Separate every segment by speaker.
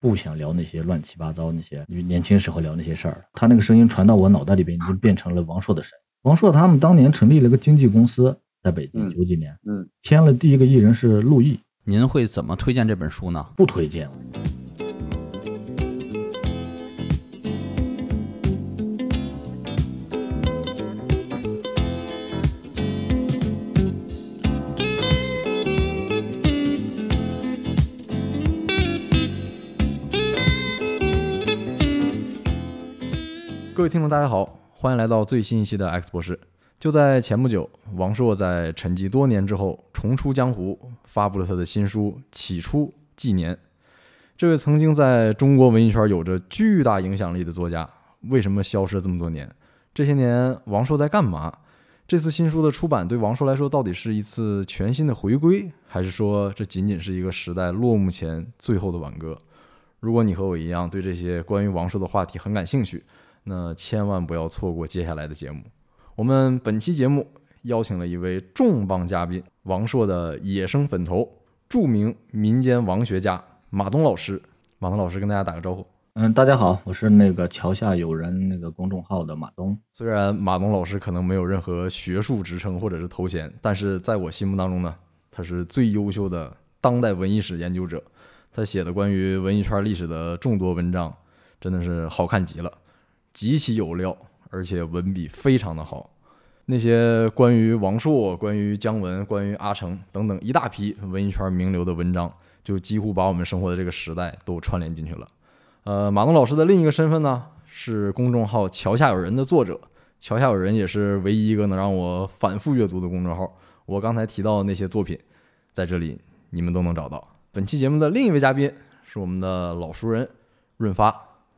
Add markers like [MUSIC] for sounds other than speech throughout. Speaker 1: 不想聊那些乱七八糟那些年轻时候聊那些事儿。他那个声音传到我脑袋里边，已经变成了王朔的声音。王朔他们当年成立了个经纪公司，在北京
Speaker 2: 嗯
Speaker 1: 九几年，
Speaker 2: 嗯，
Speaker 1: 签了第一个艺人是陆毅，
Speaker 3: 您会怎么推荐这本书呢？
Speaker 1: 不推荐。
Speaker 4: 各位听众，大家好，欢迎来到最新一期的 X 博士。就在前不久，王朔在沉寂多年之后重出江湖，发布了他的新书《起初纪年》。这位曾经在中国文艺圈有着巨大影响力的作家，为什么消失了这么多年？这些年，王朔在干嘛？这次新书的出版对王朔来说，到底是一次全新的回归，还是说这仅仅是一个时代落幕前最后的挽歌？如果你和我一样对这些关于王朔的话题很感兴趣，那千万不要错过接下来的节目。我们本期节目邀请了一位重磅嘉宾，王朔的野生粉头，著名民间王学家马东老师。马东老师跟大家打个招呼。
Speaker 1: 嗯，大家好，我是那个桥下有人那个公众号的马东。
Speaker 4: 虽然马东老师可能没有任何学术职称或者是头衔，但是在我心目当中呢，他是最优秀的当代文艺史研究者。他写的关于文艺圈历史的众多文章，真的是好看极了，极其有料，而且文笔非常的好。那些关于王朔、关于姜文、关于阿城等等一大批文艺圈名流的文章，就几乎把我们生活的这个时代都串联进去了。呃，马东老师的另一个身份呢，是公众号“桥下有人”的作者。桥下有人也是唯一一个能让我反复阅读的公众号。我刚才提到的那些作品，在这里你们都能找到。本期节目的另一位嘉宾是我们的老熟人润发，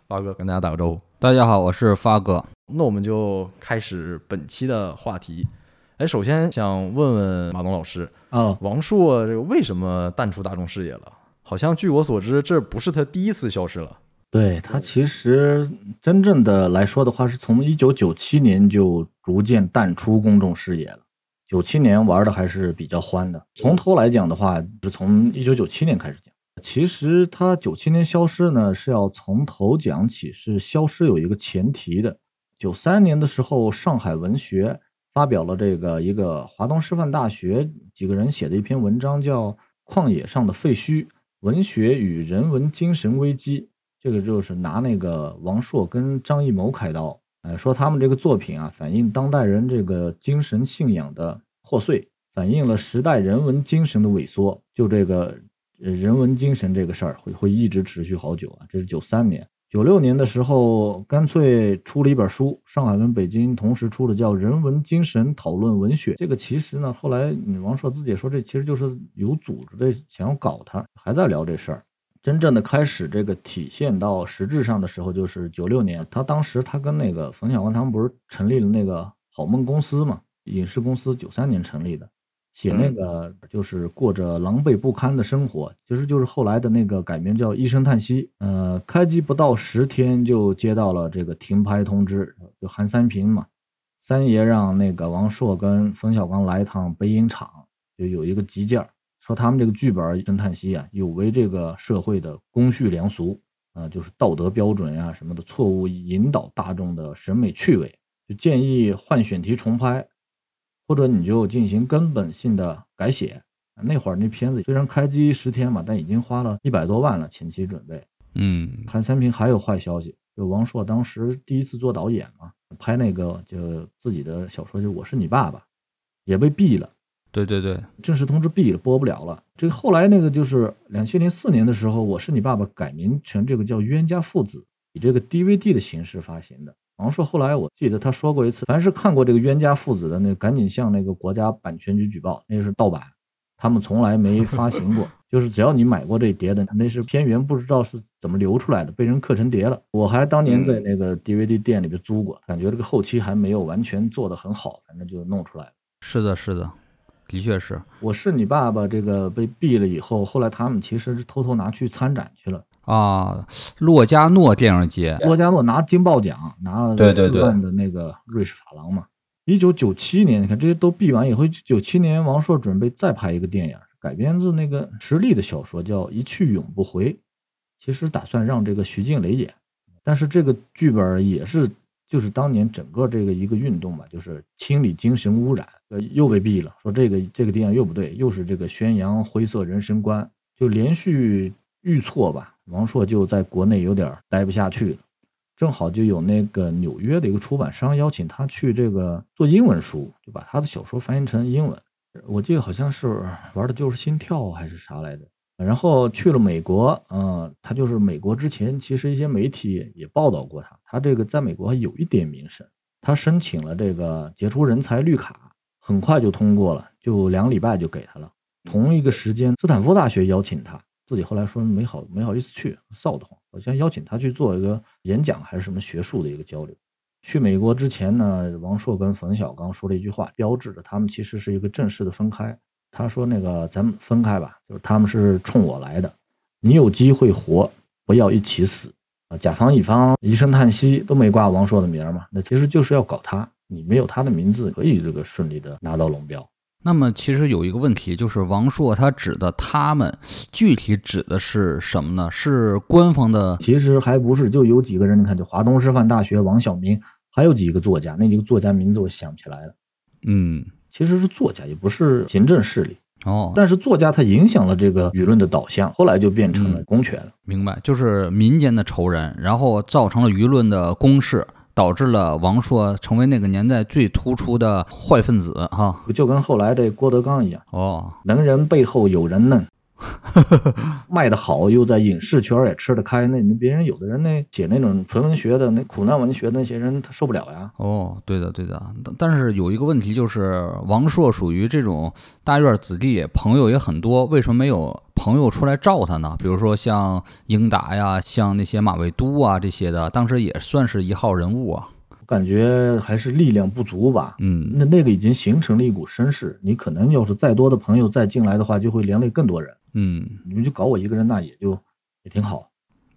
Speaker 4: 发哥跟大家打个招呼。
Speaker 3: 大家好，我是发哥。
Speaker 4: 那我们就开始本期的话题。哎，首先想问问马东老师，
Speaker 1: 哦，
Speaker 4: 王朔这个为什么淡出大众视野了？好像据我所知，这不是他第一次消失了。
Speaker 1: 对他其实真正的来说的话，是从一九九七年就逐渐淡出公众视野了。九七年玩的还是比较欢的，从头来讲的话，是从一九九七年开始讲。其实他九七年消失呢，是要从头讲起，是消失有一个前提的。九三年的时候，上海文学发表了这个一个华东师范大学几个人写的一篇文章，叫《旷野上的废墟：文学与人文精神危机》。这个就是拿那个王朔跟张艺谋开刀，呃，说他们这个作品啊，反映当代人这个精神信仰的破碎，反映了时代人文精神的萎缩。就这个呃人文精神这个事儿，会会一直持续好久啊。这是九三年、九六年的时候，干脆出了一本书，上海跟北京同时出的，叫《人文精神讨论文学》。这个其实呢，后来嗯王朔自己也说，这其实就是有组织的想要搞他，还在聊这事儿。真正的开始这个体现到实质上的时候，就是九六年，他当时他跟那个冯小刚他们不是成立了那个好梦公司嘛，影视公司九三年成立的，写那个就是过着狼狈不堪的生活，其实就是后来的那个改名叫《一声叹息》。呃，开机不到十天就接到了这个停拍通知，就韩三平嘛，三爷让那个王朔跟冯小刚来一趟北影厂，就有一个急件儿，说他们这个剧本儿《侦探西》啊，有违这个社会的公序良俗啊、呃就是道德标准呀、什么的错误引导大众的审美趣味，就建议换选题重拍，或者你就进行根本性的改写。那会儿那片子虽然开机十天嘛，但已经花了一百多万了前期准备。
Speaker 3: 嗯，
Speaker 1: 韩三平还有坏消息，就王朔当时第一次做导演嘛，拍那个就自己的小说，就《我是你爸爸》，也被毙了。
Speaker 3: 对对对，
Speaker 1: 正式通知毙了，播不了了。这个后来那个就是两千零四年的时候，《我是你爸爸》改名成这个叫《冤家父子》，以这个 DVD 的形式发行的。王朔后来我记得他说过一次，凡是看过这个《冤家父子》的，那赶紧向那个国家版权局举报，那是盗版，他们从来没发行过。就是只要你买过这碟的，那是片源不知道是怎么流出来的，被人刻成碟了。我还当年在那个 DVD 店里边租过，感觉这个后期还没有完全做得很好，反正就弄出来了。
Speaker 3: 是的，是的，的确是。
Speaker 1: 我是你爸爸，这个被毙了以后，后来他们其实是偷偷拿去参展去了。
Speaker 3: 啊，洛迦诺电影节，
Speaker 1: 洛迦诺拿金豹奖，拿了
Speaker 3: 对对
Speaker 1: 四
Speaker 3: 对
Speaker 1: 万的那个瑞士法郎嘛。一九九七年，你看这些都毙完以后，九七年王朔准备再拍一个电影，改编自那个池莉的小说，叫《一去永不回》，其实打算让这个徐静蕾演，但是这个剧本也是就是当年整个这个一个运动吧，就是清理精神污染，呃，又被毙了，说这个这个电影又不对，又是这个宣扬灰色人生观，就连续遇挫吧。王朔就在国内有点儿待不下去了，正好就有那个纽约的一个出版商邀请他去这个做英文书，就把他的小说翻译成英文。呃我记得好像是玩的就是心跳还是啥来着，呃然后去了美国，嗯、他就是美国之前其实一些媒体也报道过他，他这个在美国还有一点名声，他申请了这个杰出人才绿卡，很快就通过了，就两礼拜就给他了。同一个时间，斯坦福大学邀请他，自己后来说没好没好意思去，臊得慌，好像邀请他去做一个演讲还是什么学术的一个交流。去美国之前呢，王朔跟冯小刚说了一句话，标志着他们其实是一个正式的分开。他说：“那个，咱们分开吧，就是他们是冲我来的，你有机会活，不要一起死啊！”甲方乙方一声叹息，都没挂王朔的名儿嘛，那其实就是要搞他。你没有他的名字，可以这个顺利的拿到龙标。
Speaker 3: 那么其实有一个问题，就是王朔他指的他们具体指的是什么呢？是官方的
Speaker 1: 其实还不是，就有几个人，你看，就华东师范大学王晓明，还有几个作家，那几个作家名字我想不起来了。
Speaker 3: 嗯
Speaker 1: 其实是作家，也不是行政势力。
Speaker 3: 哦，
Speaker 1: 但是作家他影响了这个舆论的导向，后来就变成了公权了。
Speaker 3: 明白，就是民间的仇人，然后造成了舆论的攻势，导致了王朔成为那个年代最突出的坏分子哈。
Speaker 1: 就跟后来这郭德纲一样，
Speaker 3: 哦，
Speaker 1: 能人背后有人弄，卖得好又在影视圈也吃得开，那你别人有的人那写那种纯文学的那苦难文学那些人他受不了呀。
Speaker 3: 哦，对的，对的，但但是有一个问题就是，王朔属于这种大院子弟，朋友也很多，为什么没有朋友出来罩他呢？比如说像英达呀，像那些马未都啊这些的，当时也算是一号人物啊。
Speaker 1: 我感觉还是力量不足吧。
Speaker 3: 嗯，
Speaker 1: 那那个已经形成了一股声势，你可能要是再多的朋友再进来的话，就会连累更多人。
Speaker 3: 嗯，
Speaker 1: 你们就搞我一个人，那也就也挺好。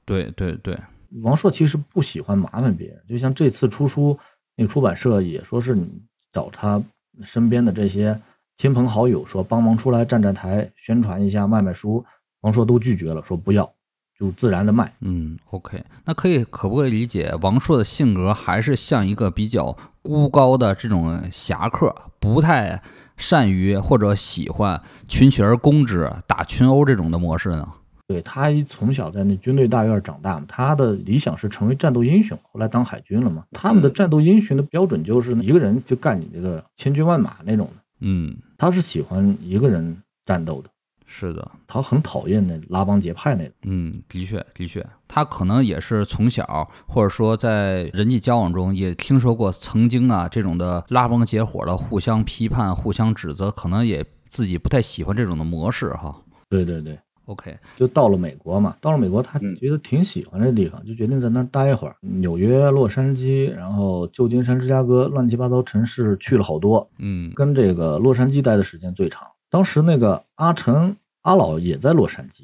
Speaker 3: 对对对，
Speaker 1: 王朔其实不喜欢麻烦别人，就像这次出书，那个出版社也说是你找他身边的这些亲朋好友说帮忙出来站站台，宣传一下卖卖书，王朔都拒绝了，说不要，就自然的卖。
Speaker 3: 嗯，OK，那可以可不可以理解王朔的性格还是像一个比较孤高的这种侠客，不太善于或者喜欢群起而攻之、打群殴这种的模式呢？
Speaker 1: 对他一从小在那军队大院长大嘛，他的理想是成为战斗英雄，后来当海军了嘛。他们的战斗英雄的标准就是一个人就干你这个千军万马那种的，
Speaker 3: 嗯，
Speaker 1: 他是喜欢一个人战斗的，
Speaker 3: 是的，
Speaker 1: 他很讨厌那拉帮结派那种。
Speaker 3: 嗯，的确，的确，他可能也是从小，或者说在人际交往中也听说过曾经啊这种的拉帮结伙的互相批判、互相指责，可能也自己不太喜欢这种的模式哈。
Speaker 1: 对对对。
Speaker 3: OK，
Speaker 1: 就到了美国嘛，到了美国，他觉得挺喜欢这地方，就决定在那儿待一会儿。纽约、洛杉矶，然后旧金山、芝加哥，乱七八糟城市去了好多，
Speaker 3: 嗯
Speaker 1: 跟这个洛杉矶待的时间最长。当时那个阿成、阿老也在洛杉矶，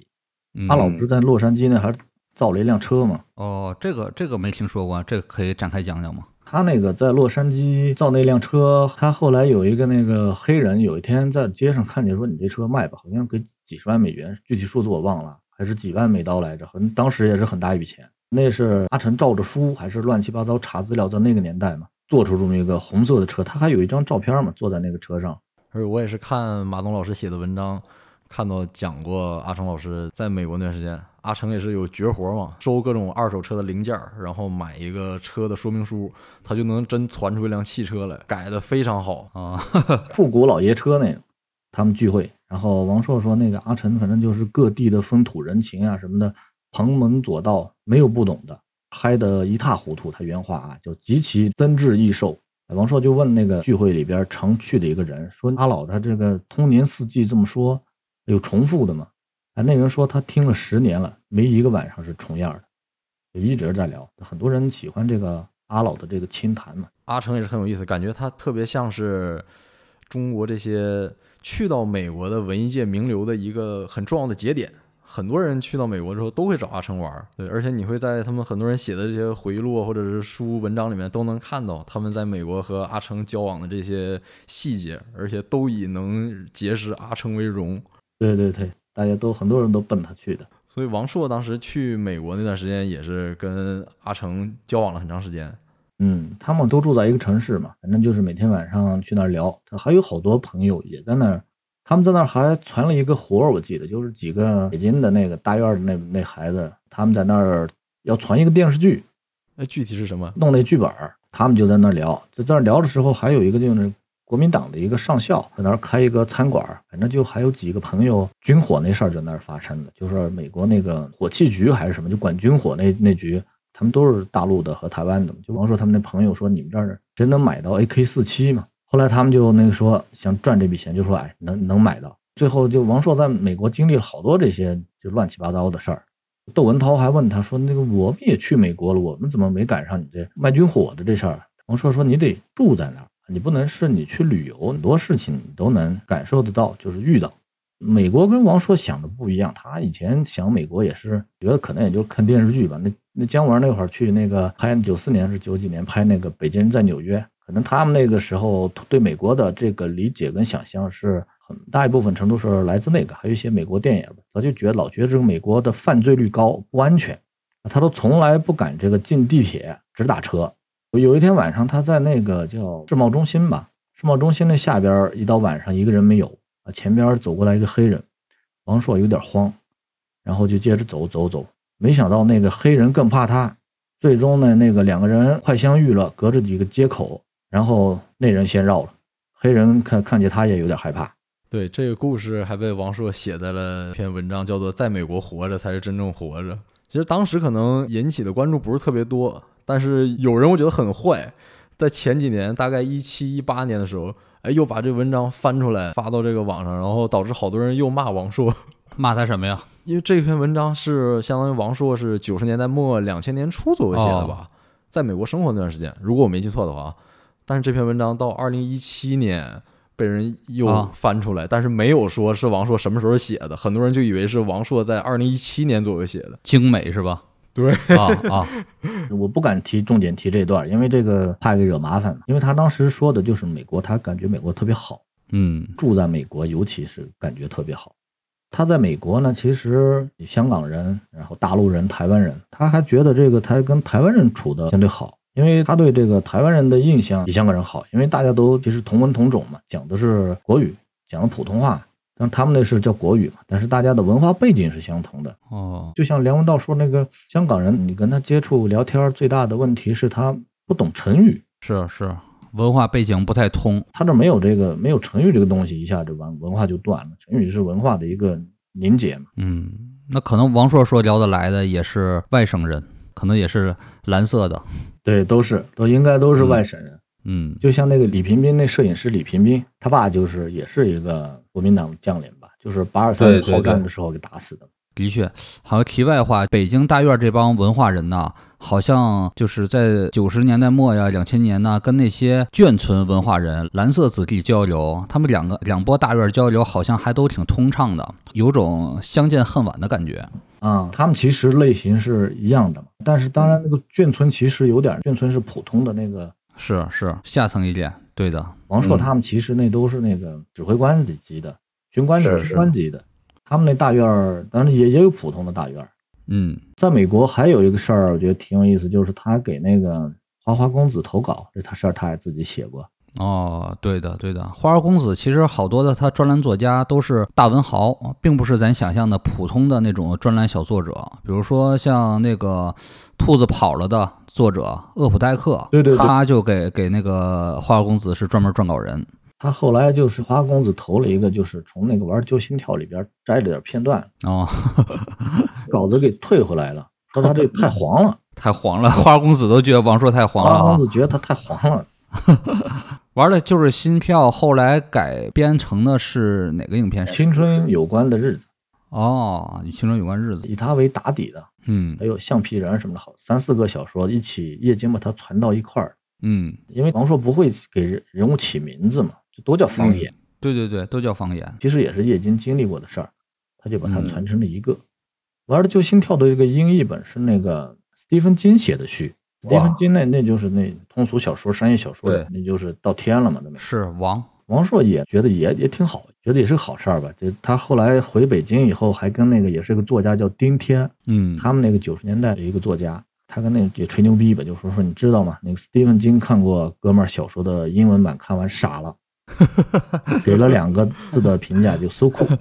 Speaker 3: 嗯，
Speaker 1: 阿老不是在洛杉矶那还造了一辆车嘛？
Speaker 3: 哦，这个这个没听说过，这个可以展开讲讲吗？
Speaker 1: 他那个在洛杉矶造那辆车，他后来有一个那个黑人，有一天在街上看见说：“你这车卖吧，好像给几十万美元，具体数字我忘了，还是几万美刀来着，好像当时也是很大一笔钱。”那是阿晨照着书还是乱七八糟查资料，在那个年代嘛，做出这么一个红色的车，他还有一张照片嘛，坐在那个车上，
Speaker 4: 而我也是看马东老师写的文章，看到讲过阿成老师在美国那段时间，阿成也是有绝活嘛，收各种二手车的零件儿，然后买一个车的说明书，他就能真攒出一辆汽车来，改的非常好。
Speaker 3: 啊、
Speaker 1: 复古老爷车那种。他们聚会，然后王朔说那个阿晨，反正就是各地的风土人情啊什么的，旁门左道没有不懂的，嗨得一塌糊涂。他原话啊，就极其真挚易受。王朔就问那个聚会里边常去的一个人说：“阿老他这个通年四季这么说，有重复的吗？”啊，那人说他听了十年了，没一个晚上是重样的，就一直在聊。很多人喜欢这个阿老的这个清谈嘛。
Speaker 4: 阿成也是很有意思，感觉他特别像是中国这些去到美国的文艺界名流的一个很重要的节点。很多人去到美国之后都会找阿成玩儿，对，而且你会在他们很多人写的这些回忆录或者是书文章里面都能看到他们在美国和阿成交往的这些细节，而且都以能结识阿成为荣。
Speaker 1: 对对对，大家都很多人都奔他去的。
Speaker 4: 所以王朔当时去美国那段时间也是跟阿成交往了很长时间。
Speaker 1: 嗯，他们都住在一个城市嘛，反正就是每天晚上去那儿聊。他还有好多朋友也在那儿，他们在那儿还传了一个活儿，我记得就是几个北京的那个大院儿的那那孩子，他们在那儿要传一个电视剧，
Speaker 4: 那哎具体是什么？
Speaker 1: 弄那剧本儿，他们就在那儿聊。就在那儿聊的时候，还有一个就是国民党的一个上校在那儿开一个餐馆儿，反正就还有几个朋友军火那事儿就在那儿发生的，就是美国那个火器局还是什么，就管军火那那局，他们都是大陆的和台湾的嘛。就王朔他们那朋友说，你们这儿真能买到 AK 四七吗？后来他们就那个说想赚这笔钱，就说哎能能买到。最后就王朔在美国经历了好多这些就乱七八糟的事儿。窦文涛还问他说：“那个我们也去美国了，我们怎么没赶上你这卖军火的这事儿？”王朔说：“你得住在那儿，你不能是你去旅游，很多事情你都能感受得到，就是遇到。”美国跟王朔想的不一样，他以前想美国也是觉得可能也就是看电视剧吧。那那姜文那会儿去那个拍九四年是九几年拍那个《北京人在纽约》，可能他们那个时候对美国的这个理解跟想象是很大一部分程度是来自那个，还有一些美国电影吧，他就觉得老觉得这个美国的犯罪率高不安全，他都从来不敢这个进地铁，只打车。有一天晚上他在那个叫世贸中心吧，世贸中心那下边儿一到晚上一个人没有。啊，前边走过来一个黑人，王朔有点慌，然后就接着走走走，没想到那个黑人更怕他。最终呢，那个两个人快相遇了，隔着几个街口，然后那人先绕了，黑人看看见他也有点害怕。
Speaker 4: 对，这个故事还被王朔写在了一篇文章，叫做《在美国活着才是真正活着》。其实当时可能引起的关注不是特别多，但是有人我觉得很坏，在前几年，大概一七一八年的时候，哎，又把这文章翻出来发到这个网上，然后导致好多人又骂王朔，
Speaker 3: [LAUGHS] 骂他什么呀？
Speaker 4: 因为这篇文章是相当于王朔是九十年代末两千年初左右写的吧，在美国生活那段时间，如果我没记错的话啊。但是这篇文章到二零一七年被人又
Speaker 3: 啊
Speaker 4: 翻出来，但是没有说是王朔什么时候写的，很多人就以为是王朔在二零一七年左右写的。
Speaker 3: 精美是吧？
Speaker 4: 对
Speaker 3: 啊啊，
Speaker 1: 我不敢提重点提这段，因为这个怕给惹麻烦嘛。因为他当时说的就是美国，他感觉美国特别好，
Speaker 3: 嗯
Speaker 1: 住在美国尤其是感觉特别好。他在美国呢，其实香港人，然后大陆人、台湾人，他还觉得这个他跟台湾人处的相对好，因为他对这个台湾人的印象比香港人好，因为大家都其实同文同种嘛，讲的是国语，讲的普通话，但他们那是叫国语嘛，但是大家的文化背景是相同的。
Speaker 3: 哦，
Speaker 1: 就像梁文道说那个香港人，你跟他接触聊天儿最大的问题是他不懂成语，
Speaker 3: 是是，文化背景不太通。
Speaker 1: 他这没有这个没有成语这个东西，一下就完文化就断了。成语是文化的一个凝结嘛。
Speaker 3: 嗯，那可能王朔说聊得来的也是外省人，可能也是蓝色的。
Speaker 1: 对，都是都应该都是外省人。
Speaker 3: 嗯
Speaker 1: 就像那个李平斌，那摄影师李平斌，他爸就是也是一个国民党将领吧，就是八二
Speaker 3: 对
Speaker 1: 三
Speaker 3: 对
Speaker 1: 炮战
Speaker 3: 对
Speaker 1: 的时候给打死的。
Speaker 3: 的确，好像题外话，北京大院这帮文化人呐、好像就是在九十年代末呀、两千年呐、跟那些眷村文化人、蓝色子弟交流，他们两个两波大院交流，好像还都挺通畅的，有种相见恨晚的感觉。
Speaker 1: 啊、他们其实类型是一样的嘛，但是当然那个眷村其实有点，眷村是普通的那个
Speaker 3: 是是，下层一点，对的，
Speaker 1: 王朔
Speaker 3: 嗯
Speaker 1: 他们其实那都是那个指挥官级的、军官
Speaker 4: 是
Speaker 1: 的、
Speaker 4: 是
Speaker 1: 军官级的，他们那大院儿，当然也也有普通的大院儿。
Speaker 3: 嗯，
Speaker 1: 在美国还有一个事儿，我觉得挺有意思，就是他给那个花花公子投稿，这他事儿他也自己写过。
Speaker 3: 哦，对的，对的，《花花公子》其实好多的他专栏作家都是大文豪，并不是咱想象的普通的那种专栏小作者。比如说像那个《兔子跑了》的作者厄普代克，
Speaker 1: 对对对
Speaker 3: 他就给给那个《花花公子》是专门撰稿人。
Speaker 1: 他后来就是花花公子投了一个，就是从那个玩揪心跳里边摘了点片段，
Speaker 3: 哦，
Speaker 1: 稿子给退回来了，说他这太黄
Speaker 3: [LAUGHS]
Speaker 1: 了。
Speaker 3: 太黄了，《花花公子》都觉得王朔太黄了
Speaker 1: 花花
Speaker 3: 啊
Speaker 1: 公！子觉得他太黄了，
Speaker 3: 玩的就是《心跳》，后来改编成的是哪个影片？是
Speaker 1: 青春有关的日子，
Speaker 3: 哦，与青春有关日子。
Speaker 1: 以他为打底的，
Speaker 3: 嗯
Speaker 1: 还有橡皮人什么的，好三四个小说一起夜间把它攒到一块儿。
Speaker 3: 嗯，
Speaker 1: 因为王朔不会给人人物起名字嘛，就都叫方言，
Speaker 3: 对对对，都叫方言。
Speaker 1: 其实也是叶金经历过的事儿，他就把它
Speaker 3: 嗯
Speaker 1: 传成了一个。玩的就心跳的这个英译本是那个斯蒂芬金写的序，斯蒂
Speaker 4: 哇
Speaker 1: 芬金那那就是那通俗小说、商业小说，
Speaker 3: 对
Speaker 1: 那就是到天了嘛，那没
Speaker 3: 是王，
Speaker 1: 王朔也觉得也也挺好，觉得也是个好事儿吧。这他后来回北京以后，还跟那个也是个作家叫丁天，
Speaker 3: 嗯，
Speaker 1: 他们那个九十年代的一个作家，他跟那个也吹牛逼吧，就说说你知道吗？那个 Stephen King 看过哥们儿小说的英文版，看完傻
Speaker 3: [LAUGHS]
Speaker 1: 了，给了两个字的评价，就 so cool。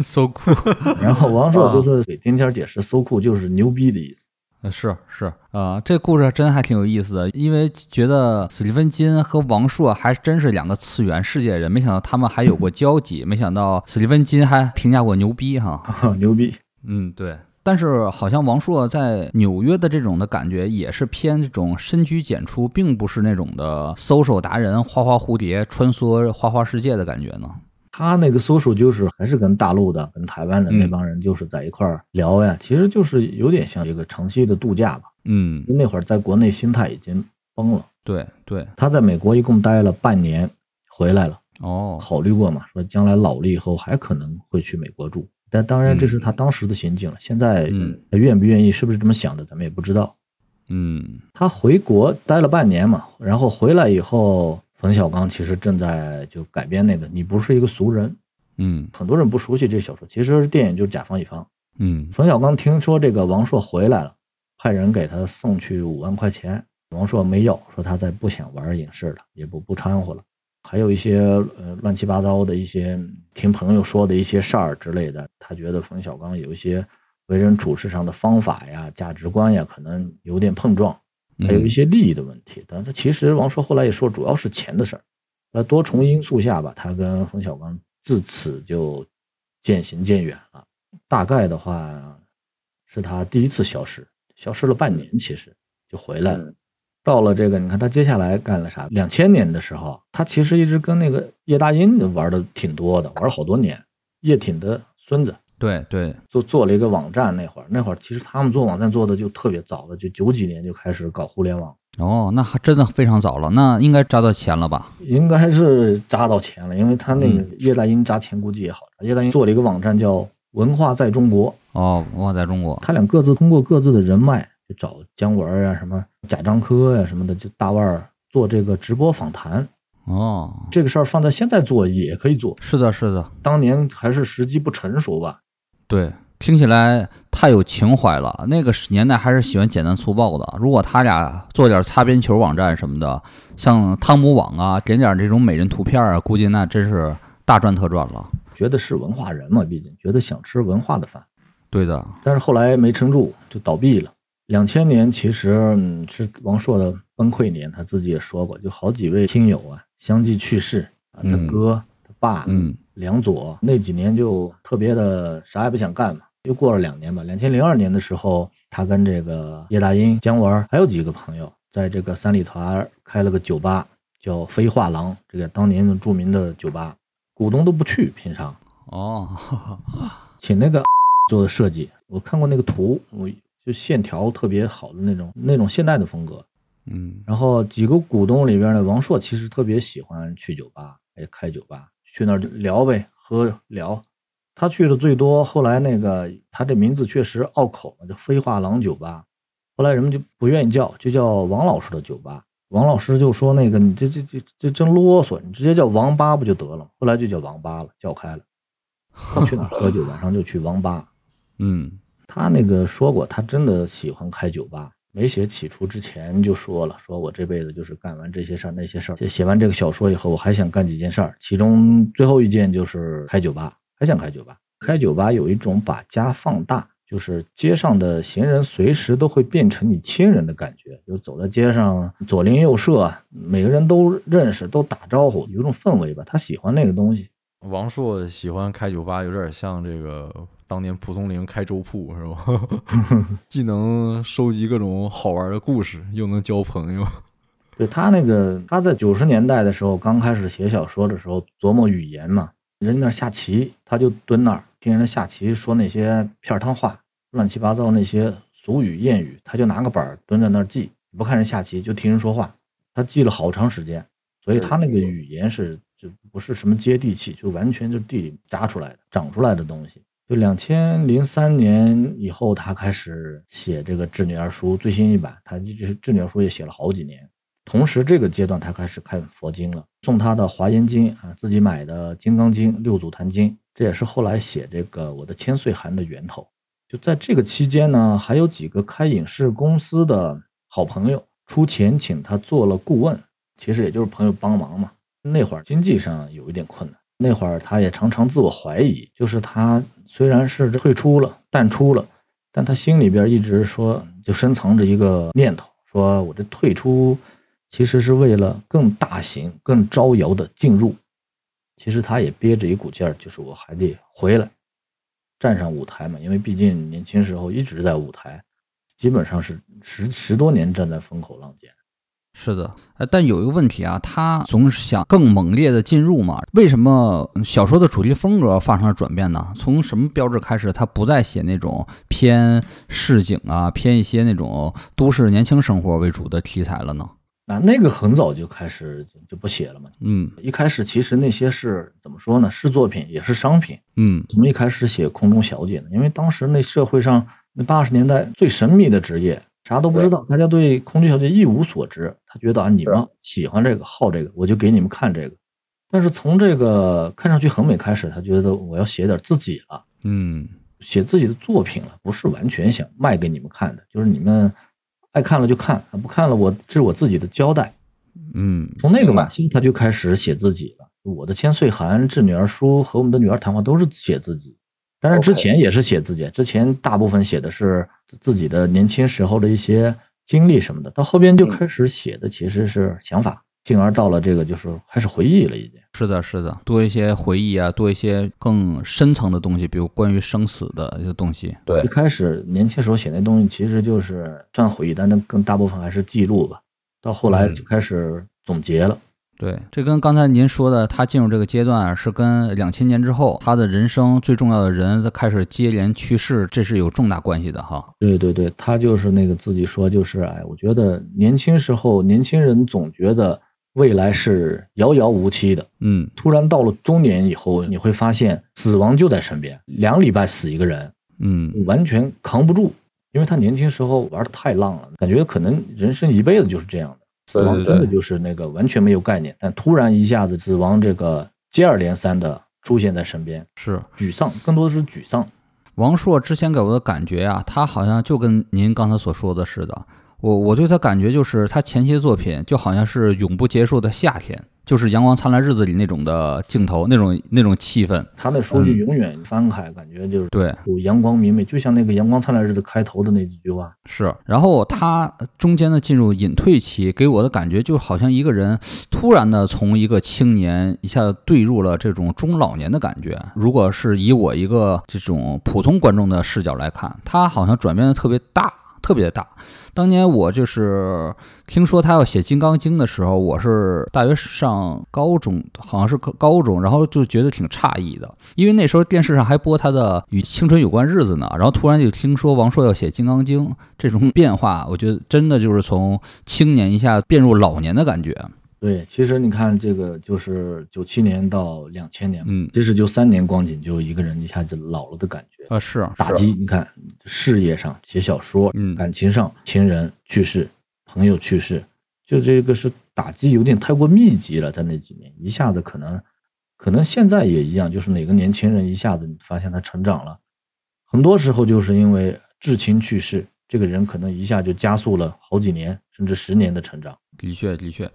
Speaker 3: so cool，
Speaker 1: 然后王朔
Speaker 3: 嗯
Speaker 1: 就是给丁天解释 so cool 就是牛逼的意思。 [LAUGHS]
Speaker 3: 呃是是啊、呃这故事真还挺有意思的，因为觉得史蒂芬金和王朔还真是两个次元世界人，没想到他们还有过交集，没想到史蒂芬金还评价过牛逼哈，
Speaker 1: 牛逼，
Speaker 3: [LAUGHS] 嗯，对。但是好像王朔在纽约的这种的感觉，也是偏这种深居简出，并不是那种的 social 达人、花花蝴蝶穿梭花花世界的感觉呢。
Speaker 1: 他那个 social 就是还是跟大陆的、跟台湾的
Speaker 3: 嗯
Speaker 1: 那帮人就是在一块儿聊呀，其实就是有点像一个长期的度假吧。
Speaker 3: 嗯，
Speaker 1: 因为那会儿在国内心态已经崩了，
Speaker 3: 对对，
Speaker 1: 他在美国一共待了半年，回来了，
Speaker 3: 哦，
Speaker 1: 考虑过嘛，说将来老了以后还可能会去美国住，但当然这是他当时的心境了，现在
Speaker 3: 嗯
Speaker 1: 他愿不愿意，是不是这么想的，咱们也不知道。
Speaker 3: 嗯
Speaker 1: 他回国待了半年嘛，然后回来以后，冯小刚其实正在就改编那个《你不是一个俗人》，
Speaker 3: 嗯
Speaker 1: 很多人不熟悉这小说，其实电影就是甲方乙方。
Speaker 3: 嗯，
Speaker 1: 冯小刚听说这个王朔回来了，派人给他送去五万块钱，王朔没要，说他在不想玩影视了，也不不掺和了。还有一些呃乱七八糟的一些听朋友说的一些事儿之类的，他觉得冯小刚有一些为人处事上的方法呀、价值观呀，可能有点碰撞。
Speaker 3: 嗯
Speaker 1: 还有一些利益的问题。但是其实王朔后来也说，主要是钱的事儿。那多重因素下吧，他跟冯小刚自此就渐行渐远了。大概的话，是他第一次消失，消失了半年，其实就回来了。到了这个，你看他接下来干了啥？两千年的时候，他其实一直跟那个叶大鹰玩的挺多的，玩了好多年。叶挺的孙子
Speaker 3: 对对，
Speaker 1: 做做了一个网站，那会儿那会儿其实他们做网站做的就特别早的，就九几年就开始搞互联网。
Speaker 3: 哦，那还真的非常早了，那应该扎到钱了吧？
Speaker 1: 应该是扎到钱了，因为他那个叶大鹰扎钱估计也好扎。叶大鹰做了一个网站叫“文化在中国
Speaker 3: 哦，我在中”，国，
Speaker 1: 他俩各自通过各自的人脉，就找姜文儿啊、什么贾樟柯呀、什么的，就大腕儿做这个直播访谈。
Speaker 3: 哦，
Speaker 1: 这个事儿放在现在做也可以做，
Speaker 3: 是的，是的，
Speaker 1: 当年还是时机不成熟吧。
Speaker 3: 对，听起来太有情怀了。那个时年代还是喜欢简单粗暴的。如果他俩做点擦边球网站什么的，像汤姆网啊，点点这种美人图片啊，估计那真是大赚特赚了。
Speaker 1: 觉得是文化人嘛，毕竟觉得想吃文化的饭，
Speaker 3: 对的，
Speaker 1: 但是后来没撑住就倒闭了。两千年其实、嗯、是王朔的崩溃年，他自己也说过，就好几位亲友啊相继去世，啊他
Speaker 3: 嗯
Speaker 1: 哥、他爸、
Speaker 3: 嗯
Speaker 1: 梁左那几年就特别的啥也不想干嘛。又过了两年吧，两千零二年的时候，他跟这个叶大鹰、姜文儿还有几个朋友，在这个三里屯儿开了个酒吧，叫飞画廊，这个当年著名的酒吧，股东都不去，平常
Speaker 3: 哦， [LAUGHS]
Speaker 1: 请那个 [LAUGHS] 做的设计，我看过那个图，我就线条特别好的那种那种现代的风格。
Speaker 3: 嗯
Speaker 1: 然后几个股东里边呢，王朔其实特别喜欢去酒吧，哎，开酒吧去那儿就聊呗，喝聊。他去的最多，后来那个他这名字确实拗口了，叫飞画廊酒吧。后来人们就不愿意叫，就叫王老师的酒吧。王老师就说：“那个你这这这这真啰嗦，你直接叫王八不就得了吗？”后来就叫王八了，叫开了。他去哪儿喝酒，晚上就去王八。
Speaker 3: 嗯
Speaker 1: 他那个说过，他真的喜欢开酒吧。没写起初之前就说了，说我这辈子就是干完这些事儿那些事儿。写写完这个小说以后，我还想干几件事儿，其中最后一件就是开酒吧，还想开酒吧。开酒吧有一种把家放大，就是街上的行人随时都会变成你亲人的感觉，就走在街上左邻右舍，每个人都认识，都打招呼，有一种氛围吧。他喜欢那个东西，
Speaker 4: 王朔喜欢开酒吧，有点像这个当年蒲松龄开粥铺是吧？ [LAUGHS] 既能收集各种好玩的故事，又能交朋友。
Speaker 1: 对他那个，他在九十年代的时候，刚开始写小说的时候，琢磨语言嘛，人家那儿下棋，他就蹲那儿听人家下棋，说那些片儿汤话、乱七八糟那些俗语谚语，他就拿个本儿蹲在那儿记，不看人下棋，就听人说话，他记了好长时间，所以他那个语言是就不是什么接地气，就完全就是地里扎出来的、长出来的东西。就两千零三年以后，他开始写这个《致女儿书》最新一版，他这《致女儿书》也写了好几年。同时，这个阶段他开始看佛经了，送他的《华严经》啊，自己买的《金刚经》《六祖坛经》，这也是后来写这个《我的千岁函》的源头。就在这个期间呢，还有几个开影视公司的好朋友出钱请他做了顾问，其实也就是朋友帮忙嘛。那会儿经济上有一点困难，那会儿他也常常自我怀疑，就是他虽然是退出了、淡出了，但他心里边一直说，就深藏着一个念头，说我这退出其实是为了更大型、更招摇的进入。其实他也憋着一股劲儿，就是我还得回来，站上舞台嘛，因为毕竟年轻时候一直在舞台，基本上是十十多年站在风口浪尖。
Speaker 3: 是的，呃，但有一个问题啊，他总是想更猛烈的进入嘛？为什么小说的主题风格发生了转变呢？从什么标志开始，他不再写那种偏市井啊、偏一些那种都市年轻生活为主的题材了呢？
Speaker 1: 那那个很早就开始就就不写了嘛。
Speaker 3: 嗯
Speaker 1: 一开始其实那些是怎么说呢？是作品也是商品。
Speaker 3: 嗯，
Speaker 1: 怎么一开始写空中小姐呢？因为当时那社会上那八十年代最神秘的职业，啥都不知道，大家对空中小姐一无所知。他觉得啊，你们喜欢这个，好这个，我就给你们看这个。但是从这个看上去很美开始，他觉得我要写点自己了，
Speaker 3: 嗯，
Speaker 1: 写自己的作品了，不是完全想卖给你们看的，就是你们爱看了就看，不看了我这是我自己的交代。
Speaker 3: 嗯，
Speaker 1: 从那个
Speaker 4: 明白
Speaker 1: 晚期，他就开始写自己了。我的千岁函、致女儿书和我们的女儿谈话都是写自己，当然之
Speaker 4: OK
Speaker 1: 前也是写自己，之前大部分写的是自己的年轻时候的一些经历什么的，到后边就开始写的其实是想法，进而到了这个就是开始回忆了，已经。
Speaker 3: 是的，是的，多一些回忆啊，多一些更深层的东西，比如关于生死的一些东西。
Speaker 4: 对
Speaker 1: 一开始年轻时候写那东西，其实就是算回忆，但那更大部分还是记录吧。到后来就开始总结了。
Speaker 3: 对，这跟刚才您说的，他进入这个阶段啊是跟两千年之后他的人生最重要的人他开始接连去世，这是有重大关系的哈。
Speaker 1: 对对对，他就是那个自己说，就是哎，我觉得年轻时候年轻人总觉得未来是遥遥无期的，
Speaker 3: 嗯
Speaker 1: 突然到了中年以后，你会发现死亡就在身边，两礼拜死一个人，
Speaker 3: 嗯
Speaker 1: 完全扛不住，因为他年轻时候玩的太浪了，感觉可能人生一辈子就是这样的，死亡
Speaker 4: 对
Speaker 1: 真的
Speaker 3: 对
Speaker 1: 就是那个完全没有概念，但突然一下子死亡这个接二连三的出现在身边，
Speaker 3: 是。
Speaker 1: 沮丧，更多的是沮丧。
Speaker 3: 王朔之前给我的感觉啊，他好像就跟您刚才所说的似的，我我对他感觉就是他前期的作品就好像是永不结束的夏天，就是《阳光灿烂日子》里那种的镜头，那种那种气氛。
Speaker 1: 他那书就
Speaker 4: 嗯
Speaker 1: 永远翻开，感觉就是
Speaker 3: 对，
Speaker 1: 处阳光明媚，就像那个《阳光灿烂日子》开头的那几句话。
Speaker 3: 是，然后他中间的进入隐退期，给我的感觉就好像一个人突然的从一个青年一下子坠入了这种中老年的感觉。如果是以我一个这种普通观众的视角来看，他好像转变的特别大，特别大。当年我就是听说他要写《金刚经》的时候，我是大约上高中，好像是高高中，然后就觉得挺诧异的，因为那时候电视上还播他的《与青春有关日子》呢，然后突然就听说王朔要写《金刚经》，这种变化，我觉得真的就是从青年一下变入老年的感觉。
Speaker 1: 对，其实你看这个就是九七年到两千年，
Speaker 3: 嗯，
Speaker 1: 其实就三年光景，就一个人一下子老了的感觉。
Speaker 3: 啊，是，
Speaker 1: 打击，你看事业上写小说，
Speaker 3: 嗯
Speaker 1: 感情上情人去世、朋友去世，就这个是打击有点太过密集了，在那几年一下子可能，可能现在也一样，就是哪个年轻人一下子你发现他成长了，很多时候就是因为至亲去世，这个人可能一下就加速了好几年甚至十年的成长。
Speaker 3: 的确，的确。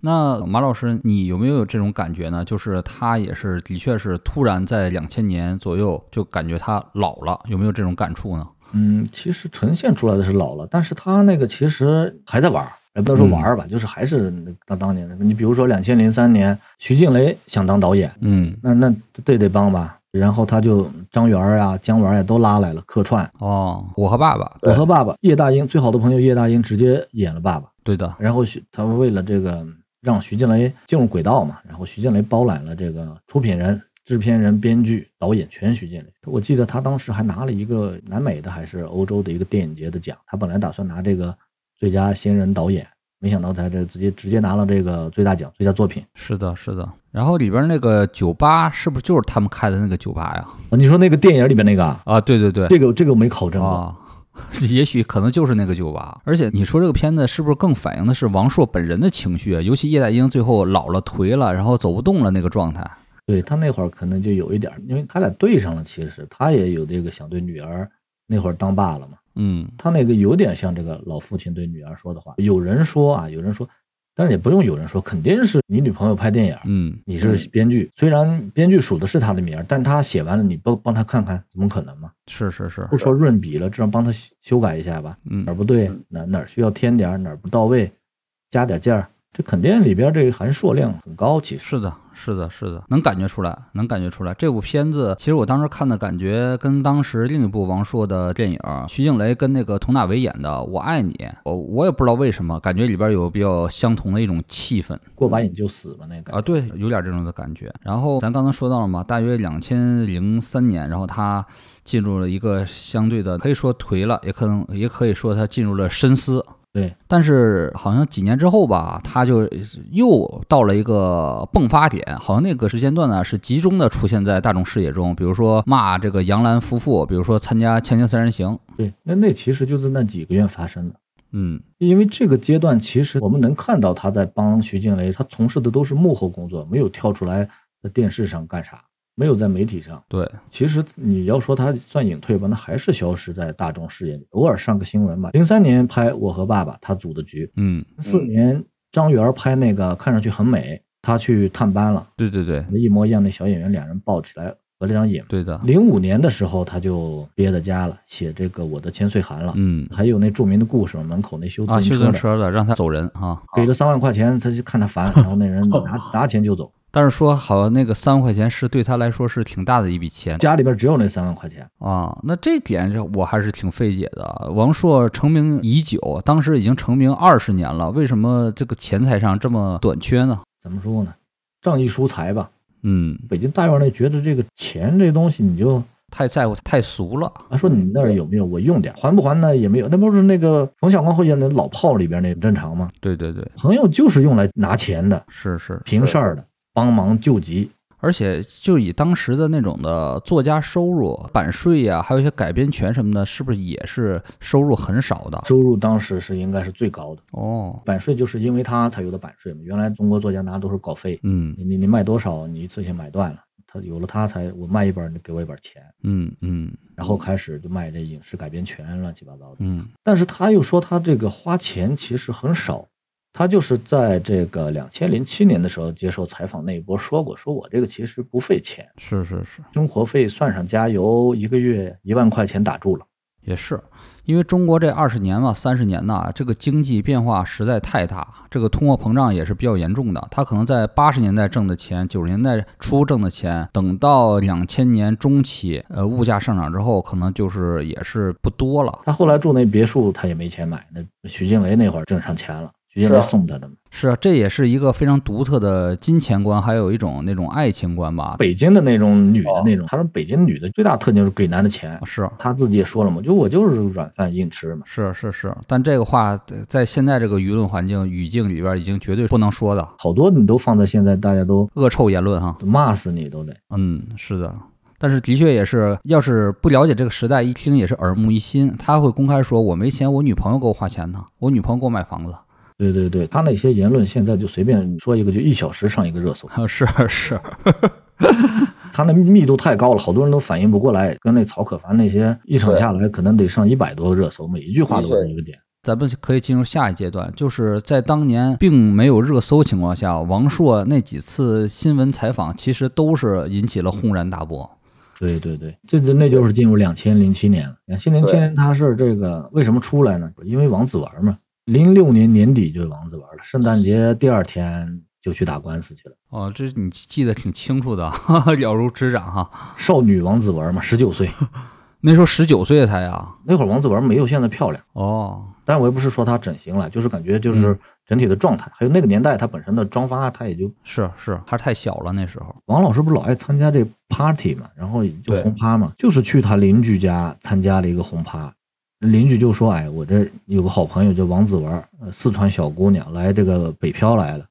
Speaker 3: 那马老师，你有没有这种感觉呢？就是他也是，的确是突然在两千年左右就感觉他老了，有没有这种感触呢？
Speaker 1: 嗯，其实呈现出来的是老了，但是他那个其实还在玩儿，也不能说玩儿吧，就是还是那个当当年那个。你比如说两千零三年，徐静蕾想当导演，
Speaker 3: 嗯，
Speaker 1: 那那对得帮吧，然后他就张元儿啊、姜文儿啊都拉来了客串。
Speaker 3: 哦，我和爸爸，
Speaker 1: 我和爸爸，叶大鹰最好的朋友叶大鹰直接演了爸爸，
Speaker 3: 对的，
Speaker 1: 然后徐他为了这个让徐静蕾进入轨道嘛，然后徐静蕾包揽了这个出品人、制片人、编剧、导演全徐静蕾。我记得他当时还拿了一个南美的还是欧洲的一个电影节的奖，他本来打算拿这个最佳新人导演，没想到他这直接直接拿了这个最大奖、最佳作品。
Speaker 3: 是的，是的。然后里边那个酒吧是不是就是他们开的那个酒吧呀？
Speaker 1: 啊，你说那个电影里边那个啊，
Speaker 3: 啊，对对对，
Speaker 1: 这个这个我没考证过，
Speaker 3: 啊， [LAUGHS] 也许可能就是那个酒吧。而且你说这个片子是不是更反映的是王朔本人的情绪啊？尤其叶大鹰最后老了、颓了，然后走不动了那个状态。
Speaker 1: 对他那会儿可能就有一点儿，因为他俩对上了，其实他也有这个想对女儿那会儿当爸了嘛，
Speaker 3: 嗯
Speaker 1: 他那个有点像这个老父亲对女儿说的话。有人说啊，有人说，但是也不用有人说，肯定是你女朋友拍电影儿，
Speaker 3: 嗯，
Speaker 1: 你是编剧，虽然编剧署的是他的名儿，但他写完了，你帮帮他看看，怎么可能嘛？
Speaker 3: 是是是
Speaker 1: 不，说润笔了，至少帮他修修改一下吧，
Speaker 3: 嗯
Speaker 1: 哪儿不对，哪哪儿需要添点儿，哪儿不到位，加点劲儿，这肯定里边这个含硕量很高，其实
Speaker 3: 是的，是的，是的，能感觉出来，能感觉出来。这部片子其实我当时看的感觉跟当时另一部王朔的电影儿，徐静蕾跟那个佟大为演的《我爱你》，我我也不知道为什么，感觉里边有比较相同的一种气氛。
Speaker 1: 过把瘾就死嘛那个
Speaker 3: 啊，对，有点这种的感觉。然后咱刚才说到了嘛，大约两千零三年，然后他进入了一个相对的，可以说颓了，也可能也可以说他进入了深思。
Speaker 1: 对，
Speaker 3: 但是好像几年之后吧，他就又到了一个迸发点，好像那个时间段呢是集中的出现在大众视野中，比如说骂这个杨澜夫妇，比如说参加《锵锵三人行》，
Speaker 1: 对，那那其实就是那几个月发生的。
Speaker 3: 嗯，
Speaker 1: 因为这个阶段，其实我们能看到他在帮徐静蕾，他从事的都是幕后工作，没有跳出来在电视上干啥，没有在媒体上。
Speaker 3: 对，
Speaker 1: 其实你要说他算隐退吧，那还是消失在大众视野里，偶尔上个新闻吧。零三年拍《我和爸爸》，他组的局；
Speaker 3: 嗯，
Speaker 1: 零四年张元拍那个看上去很美，他去探班了，
Speaker 3: 对对对，
Speaker 1: 一模一样的小演员，两人抱起来合了张影。
Speaker 3: 对的，
Speaker 1: 零五年的时候，他就憋在家了，写这个《我的千岁寒》了。
Speaker 3: 嗯，
Speaker 1: 还有那著名的故事，门口那修
Speaker 3: 啊，
Speaker 1: 自
Speaker 3: 修
Speaker 1: 行车
Speaker 3: 自行
Speaker 1: 的，
Speaker 3: 车的让他走人啊，
Speaker 1: 给了三万块钱，他就看他烦，然后那人拿拿钱就走，
Speaker 3: 但是说好像那个三万块钱是对他来说是挺大的一笔钱
Speaker 1: 家里边只有那三万块钱。
Speaker 3: 啊，那这点是我还是挺费解的。王朔成名已久，当时已经成名二十年了，为什么这个钱财上这么短缺呢？
Speaker 1: 怎么说呢？仗义疏财吧。
Speaker 3: 嗯，
Speaker 1: 北京大院那觉得这个钱这东西，你就
Speaker 3: 太在乎，太俗了。
Speaker 1: 啊说你那儿有没有，我用点，还不还呢也没有，那不是那个冯小刚后演的老炮里边那正常吗？
Speaker 3: 对对对，
Speaker 1: 朋友就是用来拿钱的，
Speaker 3: 是是，
Speaker 1: 平事儿的，帮忙救急。
Speaker 3: 而且就以当时的那种的作家收入、版税呀、还有一些改编权什么的，是不是也是收入很少的？
Speaker 1: 收入当时是应该是最高的，
Speaker 3: 哦，
Speaker 1: 版税就是因为他才有的版税嘛。原来中国作家拿都是稿费，
Speaker 3: 嗯
Speaker 1: 你你你卖多少，你一次性买断了，他有了他才我卖一本儿，你给我一本儿钱，
Speaker 3: 嗯嗯
Speaker 1: 然后开始就卖这影视改编权乱七八糟的。
Speaker 3: 嗯，
Speaker 1: 但是他又说他这个花钱其实很少，他就是在这个两千零七年的时候接受采访那一波说过，说我这个其实不费钱，
Speaker 3: 是是是。
Speaker 1: 生活费算上加油，一个月一万块钱打住了。
Speaker 3: 也是，因为中国这二十年嘛、三十年呐，这个经济变化实在太大，这个通货膨胀也是比较严重的。他可能在八十年代挣的钱，九十年代初挣的钱，等到两千年中期，呃，物价上涨之后，可能就是也是不多了。
Speaker 1: 他后来住那别墅，他也没钱买，那徐静蕾那会儿挣上钱了，徐静蕾
Speaker 4: 是啊
Speaker 1: 送他的嘛。
Speaker 3: 是啊，这也是一个非常独特的金钱观，还有一种那种爱情观吧。
Speaker 1: 北京的那种女的
Speaker 4: 哦
Speaker 1: 那种，他说北京女的最大特点就是给男的钱
Speaker 3: 啊，是啊
Speaker 1: 他自己也说了嘛，就我就是软饭硬吃嘛。
Speaker 3: 是啊是啊是啊，但这个话呃在现在这个舆论环境语境里边，已经绝对不能说的
Speaker 1: 好多你都放在现在，大家都
Speaker 3: 恶臭言论哈。
Speaker 1: 都骂死你都得。
Speaker 3: 嗯，是的，但是的确也是，要是不了解这个时代，一听也是耳目一新。他会公开说：“我没钱，我女朋友给我花钱呢，我女朋友给我买房子。 [LAUGHS]
Speaker 1: 对对对，他那些言论现在就随便说一个，就一小时上一个热搜，”
Speaker 3: 是是，
Speaker 1: 他那密度太高了，好多人都反应不过来。跟那曹可凡那些一场下来，可能得上一百多个热搜，每一句话都是一个点。
Speaker 3: 咱们可以进入下一阶段，就是在当年并没有热搜情况下，王朔那几次新闻采访其实都是引起了轰然大波。
Speaker 1: 对对对，这这那就是进入两千零七年了。两千零七年他是这个为什么出来呢？因为王子玩嘛。零六年年底就是王子玩了，圣诞节第二天就去打官司去了。
Speaker 3: 哦，这你记得挺清楚的， [LAUGHS] 哈哈，了如指掌哈。
Speaker 1: 少女王子文嘛，十九岁 [LAUGHS]
Speaker 3: 那时候十九岁才啊，
Speaker 1: 那会儿，王子文没有现在漂亮。
Speaker 3: 哦，
Speaker 1: 但我也不是说她整形了，就是感觉就是整体的状态，还有那个年代她本身的妆发，她也就是
Speaker 3: 是，还是太小了那时候。
Speaker 1: 王老师不老爱参加这 party 嘛，然后就
Speaker 4: 对
Speaker 1: 轰趴嘛，就是去他邻居家参加了一个轰趴，邻居就说：“哎，我这有个好朋友叫王子文，呃四川小姑娘来这个北漂来了，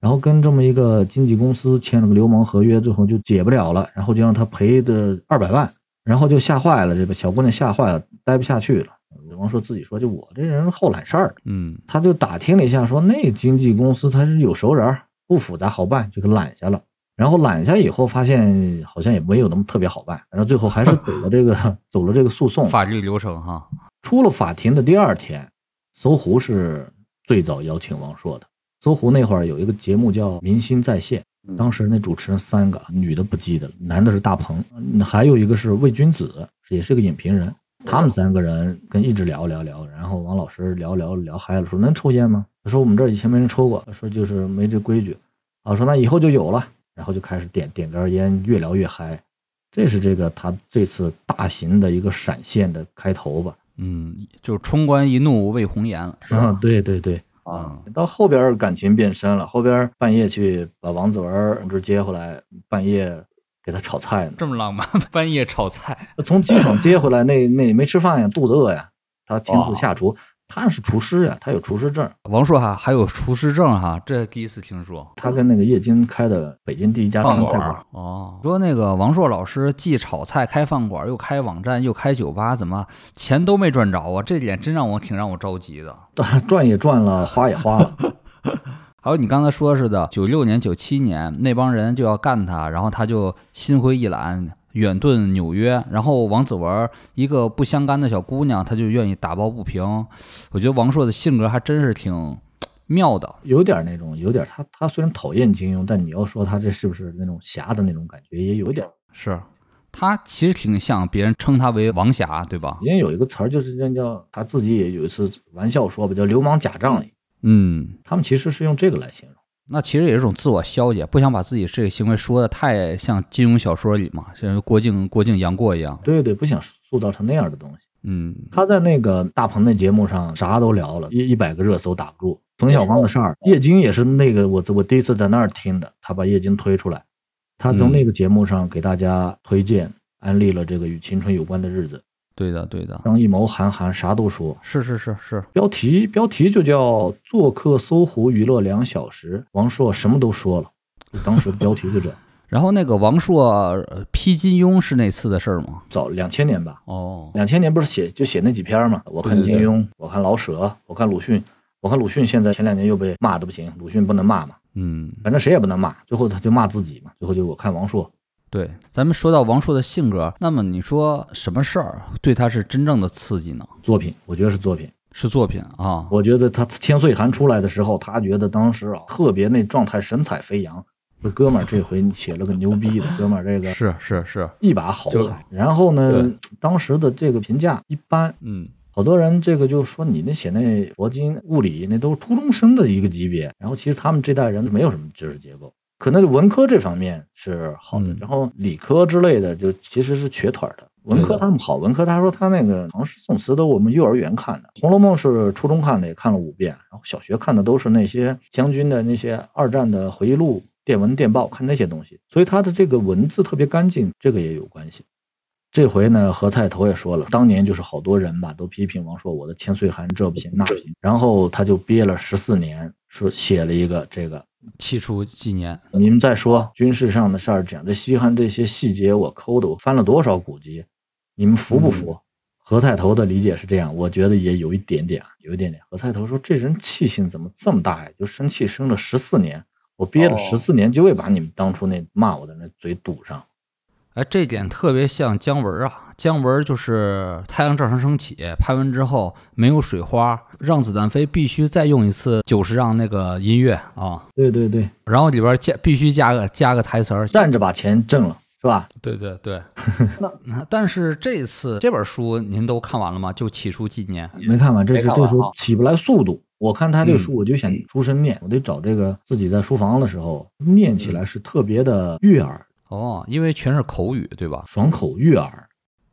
Speaker 1: 然后跟这么一个经纪公司签了个流氓合约，最后就解不了了，然后就让他赔的二百万，然后就吓坏了，这个小姑娘吓坏了，待不下去了，刘能说自己说，就我这人后揽事儿，
Speaker 3: 嗯
Speaker 1: 他就打听了一下说，那经纪公司他是有熟人儿，不复杂好办，就给揽下了。然后揽下以后，发现好像也没有那么特别好办，然后最后还是走了这个 [LAUGHS] 走了这个诉讼。
Speaker 3: 法律流程哈，
Speaker 1: 出了法庭的第二天，搜狐是最早邀请王朔的。搜狐那会儿有一个节目叫《明星在线》，当时那主持人三个，女的不记得了，男的是大鹏，嗯还有一个是魏君子，也是个影评人。他们三个人跟一直聊聊聊，然后王老师聊聊聊嗨了，说能抽烟吗？他说我们这儿以前没人抽过，说就是没这规矩。啊，说那以后就有了，然后就开始点点根烟，越聊越嗨。这是这个他这次大型的一个闪现的开头吧？
Speaker 3: 嗯，就是冲冠一怒为红颜了，是嗯
Speaker 1: 啊，
Speaker 3: 吧？
Speaker 1: 对对对，
Speaker 3: 啊，
Speaker 1: 到后边儿感情变深了，后边儿半夜去把王子文儿同志接回来，半夜给他炒菜呢。
Speaker 3: 这么浪漫，半夜炒菜，
Speaker 1: 从机场接回来，那那没吃饭呀，肚子饿呀，他亲自下厨，他是厨师呀，他有厨师证，
Speaker 3: 王朔哈还有厨师证哈，这第一次听说。
Speaker 1: 他跟那个叶金开的北京第一家川菜
Speaker 4: 饭
Speaker 1: 馆
Speaker 4: 馆，
Speaker 3: 哦，说那个王朔老师既炒菜、开饭馆，又开网站，又开酒吧，怎么钱都没赚着啊？这点真让我挺让我着急的。
Speaker 1: 赚也赚了，花也花了，
Speaker 3: 还有你刚才说似的，九六年、九七年那帮人就要干他，然后他就心灰意懒，远遁纽约。然后王子文一个不相干的小姑娘，她就愿意打抱不平。我觉得王朔的性格还真是挺妙的。
Speaker 1: 有点那种，有点他他虽然讨厌金庸，但你要说他这是不是那种侠的那种感觉，也有点。
Speaker 3: 是他其实挺像别人称他为王霞，对吧
Speaker 1: 以？前有一个词儿，就是这叫他自己也有一次玩笑说吧，叫流氓假仗义。
Speaker 3: 嗯，
Speaker 1: 他们其实是用这个来形容。
Speaker 3: 那其实也是一种自我消解，不想把自己这个行为说的太像金庸小说里嘛，像郭靖郭靖杨过一样。
Speaker 1: 对对，不想塑造成那样的东西。
Speaker 3: 嗯，
Speaker 1: 他在那个大鹏那节目上啥都聊了，一一百个热搜打不住。冯小刚的事儿，叶京也是那个我我第一次在那儿听的，他把叶京推出来，他从那个节目上给大家推荐、安利了这个与青春有关的日子。
Speaker 3: 对的对的，
Speaker 1: 张艺谋、韩寒啥都说，
Speaker 3: 是是是是，
Speaker 1: 标题标题就叫“做客搜狐娱乐两小时”，王朔什么都说了，就当时标题就这样。
Speaker 3: 然后那个王朔呃批金庸是那次的事儿吗？
Speaker 1: 早两千年吧，
Speaker 3: 哦，
Speaker 1: 两千年不是写就写那几篇儿嘛？我看
Speaker 3: 对
Speaker 1: 金
Speaker 3: 对对
Speaker 1: 庸，我看老舍，我看鲁迅，我看鲁迅现在前两年又被骂的不行，鲁迅不能骂嘛，
Speaker 3: 嗯，
Speaker 1: 反正谁也不能骂，最后他就骂自己嘛，最后就我看王朔，
Speaker 3: 对。咱们说到王朔的性格，那么你说什么事儿对他是真正的刺激呢？
Speaker 1: 作品，我觉得是作品，
Speaker 3: 是作品啊，
Speaker 1: 我觉得他《千岁寒》出来的时候，他觉得当时啊特别那状态神采飞扬，说哥们儿这回你写了个牛逼的，哥们儿这个
Speaker 3: 是是是，
Speaker 1: 一把好
Speaker 3: 就是
Speaker 1: 汉。然后呢
Speaker 3: 对，
Speaker 1: 当时的这个评价一般，
Speaker 3: 嗯，
Speaker 1: 好多人这个就说你那写那佛经、物理那都是初中生的一个级别，然后其实他们这代人没有什么知识结构，可能文科这方面是好的，
Speaker 3: 嗯
Speaker 1: 然后理科之类的就其实是瘸腿儿的。文科
Speaker 3: 对的
Speaker 1: 他们好，文科他说他那个唐诗宋词都我们幼儿园看的，《红楼梦》是初中看的，也看了五遍，然后小学看的都是那些将军的那些二战的回忆录、电文电报，看那些东西，所以他的这个文字特别干净，这个也有关系。这回呢，何菜头也说了，当年就是好多人吧，都批评王朔我的千岁寒这不行那不行，然后他就憋了十四年，说写了一个这个。
Speaker 3: 气出纪年，
Speaker 1: 你们再说军事上的事儿，讲这西汉这些细节我抠的，我翻了多少古籍，你们服不服？何菜头的理解是这样，我觉得也有一点点啊，有一点点。何菜头说这人气性怎么这么大呀？就生气生了十四年，我憋了
Speaker 4: 哦
Speaker 1: 十四年，就为把你们当初那骂我的那嘴堵上。
Speaker 3: 哎，这点特别像姜文啊！姜文就是《太阳照常升起》拍完之后没有水花，让子弹飞必须再用一次九十让那个音乐啊，
Speaker 1: 对对对，
Speaker 3: 然后里边加必须加个加个台词儿。
Speaker 1: 站着把钱挣了是吧？
Speaker 3: 对对对，那那但是这次这本书您都看完了吗？就起初纪年，
Speaker 1: 没看完，这
Speaker 4: 没
Speaker 1: 是
Speaker 4: 看
Speaker 1: 这
Speaker 4: 完
Speaker 1: 书
Speaker 4: 哈
Speaker 1: 起不来速度。我看他这
Speaker 3: 嗯
Speaker 1: 书，我就想出声念，我得找这个自己在书房的时候念起来是特别的悦耳，
Speaker 3: 哦，因为全是口语，对吧？
Speaker 1: 爽口悦耳，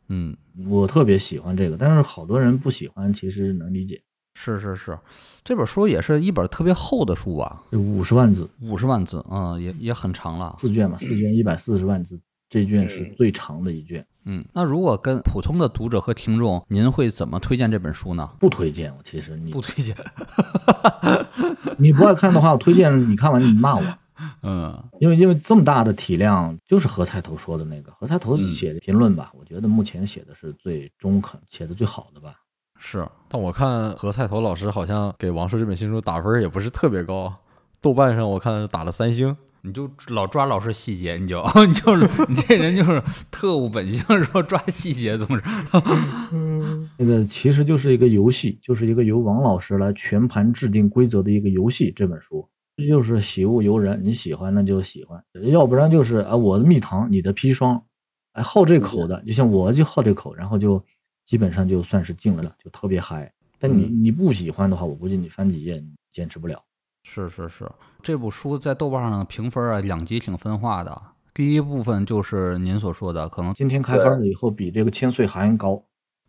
Speaker 3: 嗯，
Speaker 1: 我特别喜欢这个。但是好多人不喜欢，其实能理解。
Speaker 3: 是是是，这本书也是一本特别厚的书吧，
Speaker 1: 这五十万字，
Speaker 3: 五十万字，嗯，也也很长了。
Speaker 1: 四卷嘛，四卷一百四十万字，这卷是最长的一卷，
Speaker 3: 嗯，那如果跟普通的读者和听众，您会怎么推荐这本书呢？
Speaker 1: 不推荐我。其实你
Speaker 3: 不推荐。
Speaker 1: 你不爱看的话，我推荐你看完你骂我。
Speaker 3: [LAUGHS] 嗯
Speaker 1: 因为因为这么大的体量，就是何菜头说的那个，何菜头写的评论吧，我觉得目前写的是最中肯、写的最好的吧。
Speaker 3: 是
Speaker 4: 但我看何菜头老师好像给王朔这本新书打分也不是特别高，豆瓣上我看打了三星。
Speaker 3: 你就老抓老师细节，你就 [LAUGHS] 你就你这人就是特务本性，说抓细节总是
Speaker 1: 这个其实就是一个游戏，就是一个由王老师来全盘制定规则的一个游戏。这本书这就是喜恶由人，你喜欢那就喜欢，要不然就是啊我的蜜糖，你的砒霜，哎好这口的，就像我就好这口，然后就基本上就算是进来了，就特别嗨。但你你不喜欢的话，我估计你翻几页你坚持不了。
Speaker 3: 是是是，这部书在豆瓣上的评分啊，两极挺分化的。第一部分就是您所说的，可能
Speaker 1: 今天开分了以后，比这个千岁还高，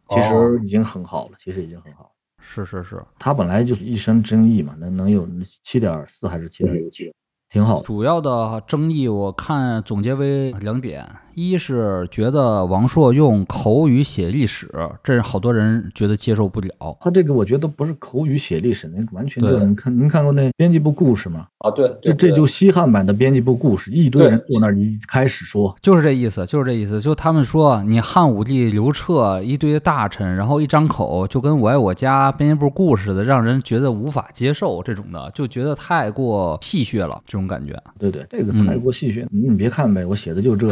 Speaker 1: 其
Speaker 3: 哦
Speaker 1: 实已经很好了，其实已经很好了。
Speaker 3: 是是是，
Speaker 1: 他本来就是一身争议嘛，能能有七点四还是七点六七，挺好的。
Speaker 3: 主要的争议我看总结为两点：一是觉得王朔用口语写历史，这是好多人觉得接受不了。
Speaker 1: 他这个我觉得不是口语写历史，那完全就
Speaker 3: 对
Speaker 1: 能看。您看过那编辑部故事吗？
Speaker 2: 啊，对，
Speaker 1: 这
Speaker 2: 对
Speaker 1: 这
Speaker 2: 对
Speaker 1: 就西汉版的编辑部故事，一堆
Speaker 2: 对
Speaker 1: 人坐那儿一开始说，
Speaker 3: 就是这意思，就是这意思。就他们说，啊你汉武帝刘彻一堆大臣，然后一张口就跟我爱我家编一部故事似的，让人觉得无法接受这种的，就觉得太过戏谑了，这种感觉。
Speaker 1: 对对，这个
Speaker 3: 嗯
Speaker 1: 太过戏谑。你你别看呗，我写的就这。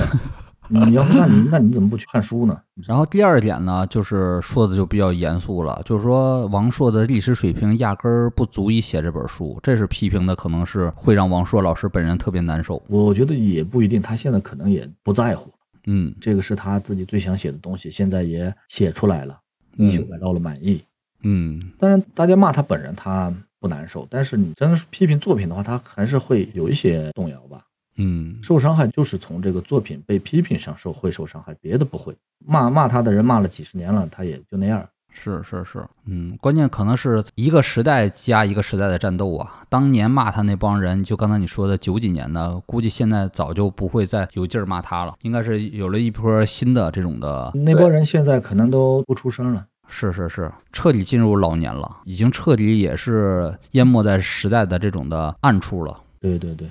Speaker 1: 你你要那你那你怎么不去看书呢？
Speaker 3: 然后第二点呢，就是说的就比较严肃了，就是说王朔的历史水平压根儿不足以写这本书，这是批评的，可能是会让王朔老师本人特别难受。
Speaker 1: 我觉得也不一定，他现在可能也不在乎，
Speaker 3: 嗯
Speaker 1: 这个是他自己最想写的东西，现在也写出来了，
Speaker 3: 嗯
Speaker 1: 修改到了满意。
Speaker 3: 嗯，
Speaker 1: 当然，大家骂他本人他不难受，但是你真的是批评作品的话，他还是会有一些动摇吧。
Speaker 3: 嗯，
Speaker 1: 受伤害就是从这个作品被批评上受会受伤害，别的不会。骂骂他的人骂了几十年了，他也就那样。
Speaker 3: 是是是，嗯，关键可能是一个时代加一个时代的战斗啊。当年骂他那帮人，就刚才你说的九几年的，估计现在早就不会再有劲儿骂他了，应该是有了一波新的这种的，
Speaker 1: 那帮人现在可能都不出声了。
Speaker 3: 是是是，彻底进入老年了，已经彻底也是淹没在时代的这种的暗处了。
Speaker 1: 对对对，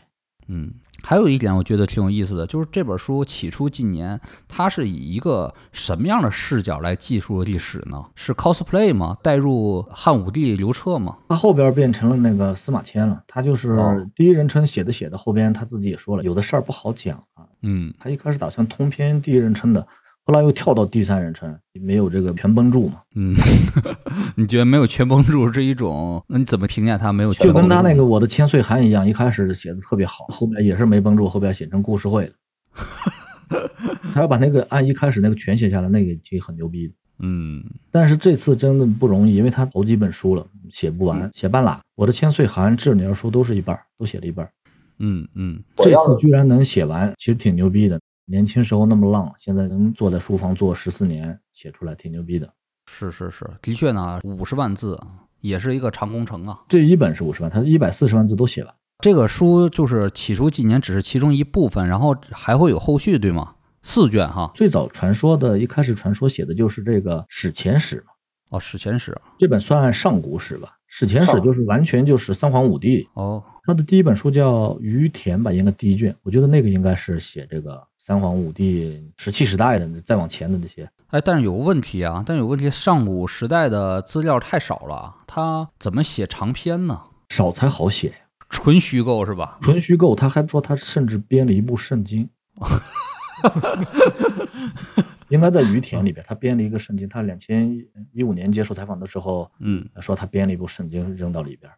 Speaker 3: 嗯，还有一点我觉得挺有意思的，就是这本书起初近年，它是以一个什么样的视角来记述历史呢？是 cosplay 吗？带入汉武帝刘彻吗？
Speaker 1: 他后边变成了那个司马迁了，他就是
Speaker 3: 哦
Speaker 1: 第一人称写的写的，后边他自己也说了，有的事儿不好讲啊。
Speaker 3: 嗯，
Speaker 1: 他一开始打算通篇第一人称的，后来又跳到第三人称，没有这个全绷住嘛。
Speaker 3: 嗯， [LAUGHS] 你觉得没有全绷住是一种？嗯那你怎么评价他没有全
Speaker 1: 就
Speaker 3: 绷
Speaker 1: 跟
Speaker 3: 住？
Speaker 1: 他那个我的千岁寒一样，一开始写的特别好，后面也是没绷住，后边写成故事会了。他要把那个按一开始那个全写下来，那个就很牛逼的。
Speaker 3: 嗯
Speaker 1: 但是这次真的不容易，因为他头几本书了，写不完，写半拉。我的千岁寒、智鸟书都是一半儿，都写了一半儿。
Speaker 3: 嗯嗯，
Speaker 2: 我
Speaker 1: 这
Speaker 2: 要
Speaker 1: 次居然能写完，其实挺牛逼的。年轻时候那么浪，现在能坐在书房坐十四年，写出来挺牛逼的。
Speaker 3: 是是是，的确呢，五十万字啊也是一个长工程啊。
Speaker 1: 这一本是五十万，他一百四十万字都写完。
Speaker 3: 这个书就是起初几年只是其中一部分，然后还会有后续，对吗？四卷哈，
Speaker 1: 最早传说的一开始传说写的就是这个史前史嘛。
Speaker 3: 哦，史前史，
Speaker 1: 这本算上古史吧，史前史
Speaker 2: 上
Speaker 1: 就是完全就是三皇五帝。
Speaker 3: 哦，
Speaker 1: 他的第一本书叫《于田》吧，应该第一卷，我觉得那个应该是写这个三皇五帝石器时代的，再往前的那些。
Speaker 3: 哎，但是有个问题啊，但是有个问题，上古时代的资料太少了啊，他怎么写长篇呢？
Speaker 1: 少才好写，
Speaker 3: 纯虚构是吧？
Speaker 1: 纯虚构。他还说他甚至编了一部圣经，应该在《于田》里边，他编了一个圣经。他两千一五年接受采访的时候
Speaker 3: 嗯，
Speaker 1: 说他编了一部圣经扔到里边，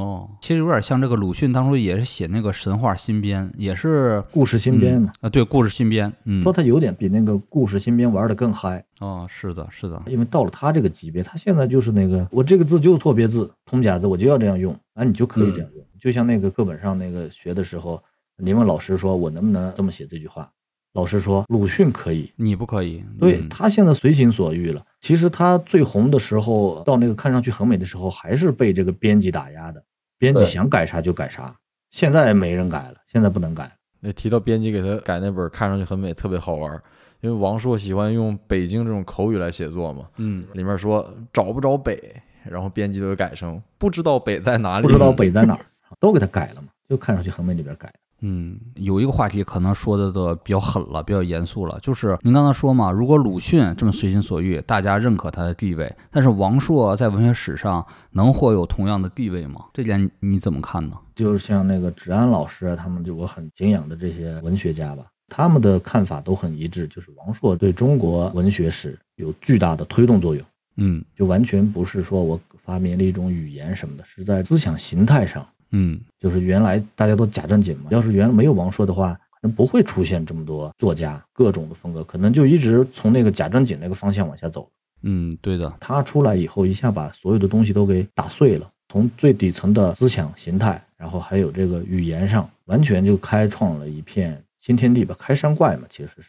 Speaker 3: 哦，其实有点像这个鲁迅当初也是写那个神话新编，也是
Speaker 1: 故事新编嘛。
Speaker 3: 啊，对，故事新编，嗯，
Speaker 1: 说他有点比那个故事新编玩的更嗨，
Speaker 3: 哦，是的，是的，
Speaker 1: 因为到了他这个级别，他现在就是那个，我这个字就是错别字，通假字，我就要这样用，啊，你就可以这样用。就像那个课本上那个学的时候，你问老师说我能不能这么写这句话，老师说鲁迅可以，
Speaker 3: 你不可以，
Speaker 1: 对
Speaker 3: 嗯
Speaker 1: 他现在随心所欲了。其实他最红的时候，到那个看上去很美的时候，还是被这个编辑打压的，编辑
Speaker 2: 对
Speaker 1: 想改啥就改啥。现在没人改了，现在不能改了。
Speaker 4: 那提到编辑给他改那本看上去很美，特别好玩儿，因为王朔喜欢用北京这种口语来写作嘛。
Speaker 3: 嗯，
Speaker 4: 里面说找不着北，然后编辑都改成不知道北在哪里，
Speaker 1: 不知道北在哪儿，都给他改了嘛，就看上去很美里边改。
Speaker 3: 嗯，有一个话题可能说的的比较狠了，比较严肃了，就是您刚才说嘛，如果鲁迅这么随心所欲，大家认可他的地位，但是王朔在文学史上能或有同样的地位吗？这点你你怎么看呢？
Speaker 1: 就是像那个芷安老师啊，他们就我很敬仰的这些文学家吧，他们的看法都很一致，就是王朔对中国文学史有巨大的推动作用，
Speaker 3: 嗯
Speaker 1: 就完全不是说我发明了一种语言什么的，是在思想形态上，
Speaker 3: 嗯
Speaker 1: 就是原来大家都假正经嘛，要是原来没有王朔的话。可能不会出现这么多作家，各种的风格，可能就一直从那个假正经那个方向往下走。
Speaker 3: 嗯，对的，
Speaker 1: 他出来以后，一下把所有的东西都给打碎了，从最底层的思想形态，然后还有这个语言上，完全就开创了一片新天地吧，开山怪嘛，其实是。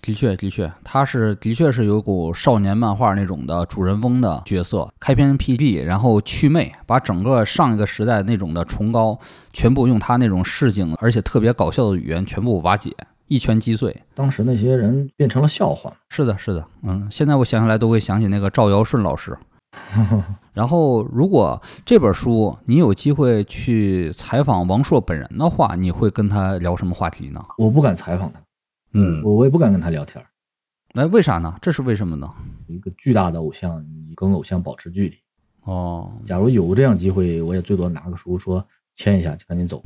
Speaker 3: 的确的确，他是的确是有股少年漫画那种的主人翁的角色，开篇辟地，然后祛魅，把整个上一个时代那种的崇高，全部用他那种市井而且特别搞笑的语言全部瓦解，一拳击碎。
Speaker 1: 当时那些人变成了笑话嘛，
Speaker 3: 是的，是的，嗯，现在我想起来都会想起那个赵尧舜老师。然后，如果这本书你有机会去采访王朔本人的话，你会跟他聊什么话题呢？
Speaker 1: 我不敢采访他，
Speaker 3: 嗯，
Speaker 1: 我我也不敢跟他聊天儿。
Speaker 3: 哎，为啥呢？这是为什么呢？
Speaker 1: 一个巨大的偶像，你跟偶像保持距离。
Speaker 3: 哦，
Speaker 1: 假如有这样机会，我也最多拿个书说签一下，就赶紧走，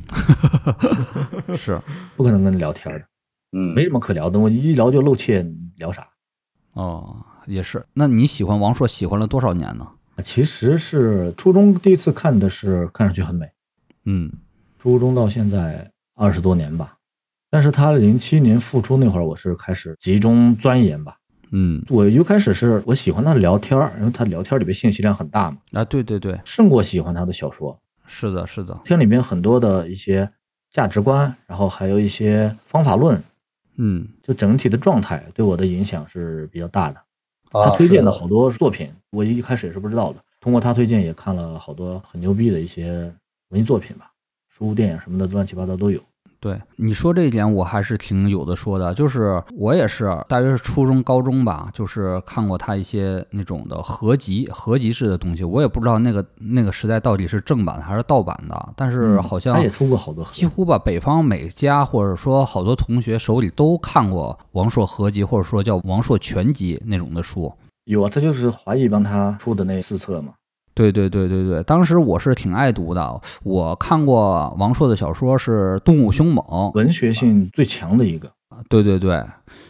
Speaker 3: 是，
Speaker 1: 不可能跟你聊天儿的，
Speaker 3: 嗯
Speaker 1: 没什么可聊的。我一聊就露怯，你聊啥？
Speaker 3: 哦，也是。那你喜欢王朔喜欢了多少年呢？
Speaker 1: 其实是初中第一次看的是，看上去很美。
Speaker 3: 嗯
Speaker 1: 初中到现在二十多年吧。但是他零七年复出那会儿，我是开始集中钻研吧。
Speaker 3: 嗯
Speaker 1: 我一开始是我喜欢他聊天儿，因为他聊天里边信息量很大嘛，
Speaker 3: 啊，对对对，
Speaker 1: 胜过喜欢他的小说。
Speaker 3: 是的，是的，
Speaker 1: 天里边很多的一些价值观，然后还有一些方法论，
Speaker 3: 嗯，
Speaker 1: 就整体的状态对我的影响是比较大啊的。
Speaker 3: 啊
Speaker 1: 他推荐了好多作品，我一开始也是不知道的。通过他推荐，也看了好多很牛逼的一些文艺作品吧，书、电影什么的，乱七八糟都有。
Speaker 3: 对你说这一点，我还是挺有的说的。就是我也是，大约是初中、高中吧，就是看过他一些那种的合集、合集式的东西。我也不知道那个那个时代到底是正版的还是盗版的，但是好
Speaker 1: 嗯
Speaker 3: 像
Speaker 1: 他也出过好多合
Speaker 3: 几乎吧，北方每家或者说好多同学手里都看过王朔合集，或者说叫王朔全集那种的书。
Speaker 1: 有啊，他就是华谊帮他出的那四册嘛。
Speaker 3: 对对对对对，当时我是挺爱读的，我看过王朔的小说是《动物凶猛》，
Speaker 1: 文学性最强的一个，
Speaker 3: 对对对，